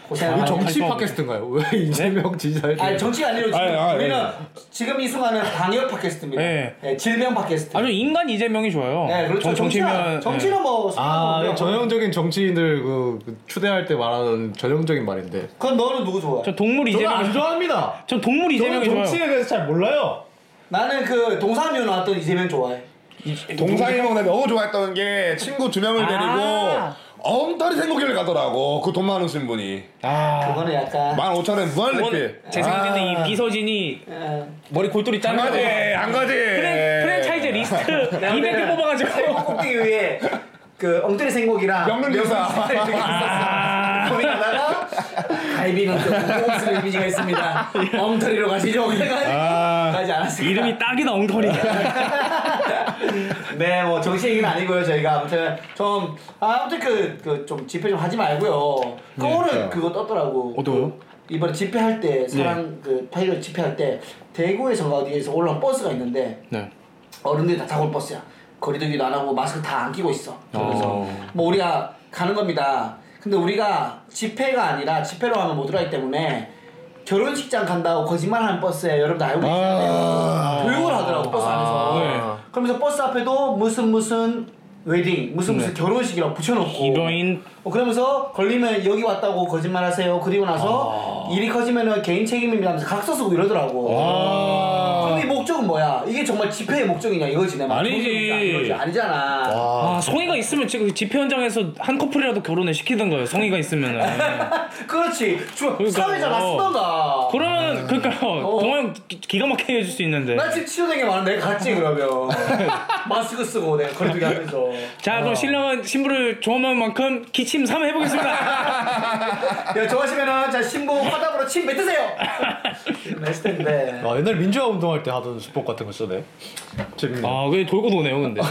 A: 고생을
D: 이거
A: 많이
D: 정치
C: 갈
D: 팟캐스트인가요? 왜 이재명 지지할
A: 아, 네? 아니 정치가 아니라 지금
B: 아니, 아니,
A: 우리는
B: 아니.
A: 지금 이 순간은 방역 팟캐스트입니다.
C: 예.
A: 예, 질병 팟캐스트.
C: 아주 인간 이재명이 좋아요.
A: 예, 그렇죠.
C: 정- 정치면 네.
A: 정치는 정치는 뭐
D: 아,
A: 상관없고요.
D: 전형적인 정치인들 그, 그 추대할 때 말하는 전형적인 말인데.
A: 그건 너는 누구 좋아?
C: 예, 저 동물
D: 저는 안
C: 이재명.
D: 좋아합니다.
C: 전 동물
D: 저는
C: 이재명이 좋아요.
D: 정치에 대해서 잘 몰라요.
A: 나는 그 동사미로 나왔던 이재명 좋아해.
B: 동상이몽 내가 너무 좋아했던 게 친구 두 명을
C: 아.
B: 데리고 엉터리 생고기를 가더라고. 그 돈 많으신 분이
A: 그거는
B: 아.
A: 약간
B: 15,000원 무한 리필.
C: 그건 제 생각에는 이 비서진이
A: 예.
C: 머리 골똘히
B: 한
C: 짜는
B: 가지 한 가지.
C: 프랜, 프랜차이즈 리스트
A: 네.
C: 200개 뽑아가지고
A: 꼭대기 위에 그 엉터리 생고기랑
B: 명륜 교사.
A: 명륜 교사. 고민하다가 갈비는 좀 고급스러운 이미지가 있습니다. 엉터리로 가시죠.
B: 아.
A: 가지 않았습니다.
C: 이름이 딱이다 엉터리
A: 네, 뭐 정치 얘기는 아니고요. 저희가 아무튼 좀 아, 아무튼 그 그 좀 집회 좀 하지 말고요. 거울은 그거 떴더라고.
C: 어떠요?
A: 그 이번에 집회할 때 사랑 그 파일럿 집회할 때 대구에서가 어디에서 올라온 버스가 있는데
C: 네.
A: 어른들이 다 작업 버스야. 거리두기도 안 하고 마스크 다 안 끼고 있어. 그래서 뭐 우리가 가는 겁니다. 근데 우리가 집회가 아니라 집회로 가면 못 들어가기 때문에 결혼식장 간다고 거짓말하는 버스에 여러분들 알고 계시잖아요. 교육을 하더라고 버스 안에서.
C: 네.
A: 그러면서 버스 앞에도 무슨 무슨 웨딩 무슨 무슨 결혼식이라고 붙여놓고
C: 이러인
A: 어, 그러면서 걸리면 여기 왔다고 거짓말하세요. 그리고
C: 아.
A: 나서 일이 커지면은 개인 책임입니다 하면서 각서 쓰고 이러더라고. 그럼 이 목적은 뭐야? 이게 정말 집회의 목적이냐 이거지 내 말.
C: 아. 아니지.
A: 이거지 아니잖아.
C: 아 성의가 있으면 지금 집회 현장에서 한 커플이라도 결혼을 시키던 거예요 성의가 있으면
A: 그렇지. 주,
C: 그러니까.
A: 사회자가 쓰던가.
C: 그러면 그러니까요 동호형 기- 기가 막히게 해줄 수 있는데
A: 나 지금 치료된 게 많은데 같지 그러면 마스크 쓰고 내가 거리두기 하면서
C: 자 그럼 신랑은 신부를 좋아하는 만큼 기침 3 해보겠습니다
A: 야 좋아하시면은 자 신부 화답으로 침 뱉으세요 했을 텐데
D: 아, 옛날 민주화 운동할 때 하던 수법 같은 거 쓰네. 재밌네.
C: 아 그게 돌고 도네요 근데 어?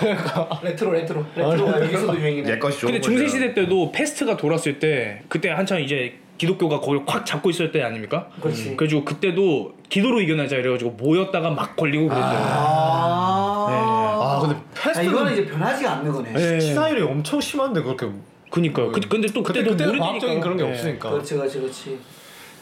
A: 레트로 레트로 레트로가 여기서도 유행이네
B: 내 것이 예, 좋은
C: 근데 중세 시대 때도 패스트가 돌았을 때 그때 한참 이제 기독교가 거의 확 잡고 있을 때 아닙니까? 음.
A: 그렇지.
C: 그래가지고 그때도 기도로 이겨내자 이래가지고 모였다가 막 걸리고 그랬어요.
A: 아,
C: 예,
D: 아, 근데
A: 아,
D: 패스트는
A: 이거는 이제 변하지가 않는 거네
C: 네.
D: 치사율이 엄청 심한데 그렇게.
C: 그니까요. 그, 근데 또
D: 그때
C: 그때도
D: 그때
C: 모르니까.
D: 과학적인 네. 그런 게
C: 예.
D: 없으니까.
A: 그렇지 그렇지 그렇지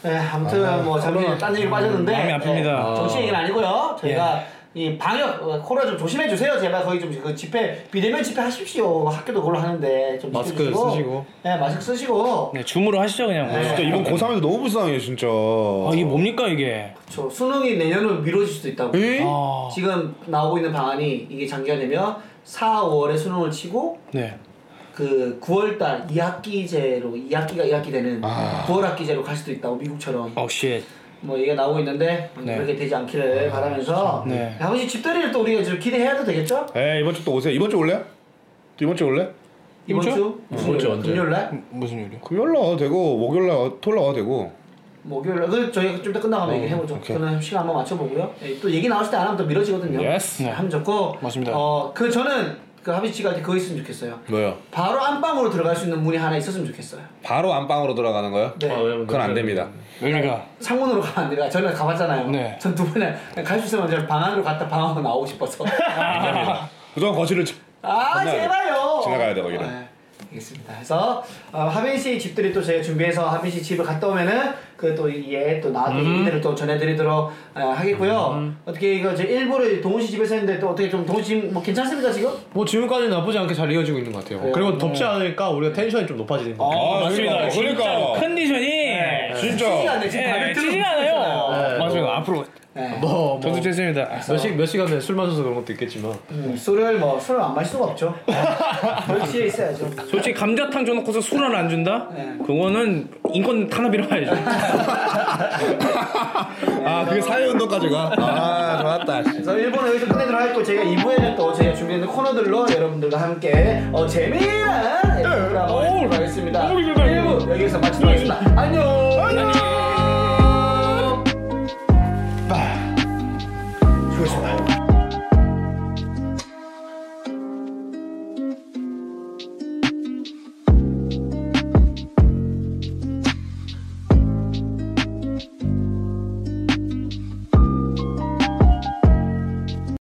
A: 네, 아무튼 뭐 잠시 딴 얘기로 빠졌는데
C: 마음이 아픕니다.
A: 네, 정치 얘기는 아니고요 저희가 이 방역 어, 코로나 좀 조심해 주세요 제발 거기 좀 그 집회 비대면 집회 하십시오 뭐 학교도 그걸로 하는데 좀
D: 마스크
A: 지켜주시고.
D: 쓰시고.
A: 네 마스크 쓰시고
C: 네, 줌으로 하시죠 그냥. 그러니까
B: 진짜 이번 고3에서 너무 불쌍해 진짜.
C: 아 이게 뭡니까 이게?
A: 저 수능이 내년으로 미뤄질 수도 있다고
B: 에?
C: 아
A: 지금 나오고 있는 방안이 이게 장기화되면 4, 5월에 수능을 치고
C: 네.
A: 그 9월달 2학기제로 2학기가 2학기 되는 9월 학기제로 갈 수도 있다고 미국처럼
C: 어 쉣.
A: 뭐 얘기가 나오고 있는데
C: 네.
A: 그렇게 되지 않기를 바라면서
C: 네.
A: 아버지 집들이를 또 우리가 좀 기대해야도 되겠죠?
B: 에 이번 주 또 오세요. 이번 주 올래? 이번 주 올래?
A: 이번
C: 이번
A: 주? 무슨
D: 주
C: 그렇죠,
A: 요일?
D: 언제?
A: 금요일날?
C: 무슨 일이요?
B: 금요일 날 와도 되고 목요일 날 와- 토요일 날 와도 되고.
A: 목요일날? 그 저희가 좀 더 끝나가면
C: 어,
A: 얘기해보죠 저는 시간 한번 맞춰보고요 예, 또 얘기 나왔을 때 안 하면 또 미뤄지거든요
C: Yes.
A: 하면 좋고
C: 맞습니다.
A: 어, 그 저는 그 하빈 씨가 그거 있으면 좋겠어요.
B: 뭐요?
A: 바로 안방으로 들어갈 수 있는 문이 하나 있었으면 좋겠어요.
B: 바로 안방으로 들어가는 거요?
A: 네.
D: 아, 왜냐면
B: 그건 안 됩니다.
C: 왜냐가
A: 창문으로 가면 안 돼요. 저는 가봤잖아요.
C: 네.
A: 전 두 번에 갈 수 있으면 그냥 방 안으로 갔다 방 안으로 나오고 싶어서.
B: 그동안 거실을 지-
A: 아
B: 건너야 돼.
A: 제발요.
B: 네. 지나가야 돼, 거기를.
A: 네, 알겠습니다. 그래서 어, 하빈 씨 집들이 또 저희가 준비해서 하빈 씨 집을 갔다 오면은 그또예또 나왔던
B: 음.
A: 일들을 또 전해드리도록 어, 하겠고요. 어떻게 이거 제 일부를 동훈 씨 집에서 했는데 또 어떻게 좀 동훈 씨뭐 괜찮습니까 지금?
D: 뭐 지금까지는 나쁘지 않게 잘 이어지고 있는 것 같아요. 그리고 덥지 않으니까 우리가 텐션이 좀 높아지는 것 같아요.
B: 아,
C: 맞습니다.
B: 그러니까,
C: 진짜로
B: 그러니까.
C: 컨디션이
A: 치지가
B: 진짜.
A: 않네 지금
C: 예,
A: 다들
C: 찌지
A: 뜨는
C: 않아요.
A: 거잖아요.
D: 네,
C: 맞아요.
D: 뭐.
C: 앞으로
A: 네.
D: 뭐, 뭐.
C: 전투 죄송입니다.
D: 몇, 시, 몇 시간에 술 마셔서 그런 것도 있겠지만
A: 음, 술을 뭐 술을 안 마실 수가 없죠. 벌칙에 있어야죠.
C: 솔직히 감자탕 줘놓고서 술을 안 준다?
A: 네.
C: 그거는 인권 탄압이라 봐야죠.
B: 아, 그게 사회운동까지 가? 아, 좋았다. 씨.
A: 그래서 일본 여기서 끝내도록 하겠고 제가 2부에는 또 제가 준비한 코너들로 여러분들과 함께 어, 재미난 드라마
C: 네. 어우,
A: 해보도록 하겠습니다
C: 어우, 이거 나 이거.
A: 1부 여기서 마치도록 하겠습니다 안녕
C: 안녕.
A: 네.
C: 네.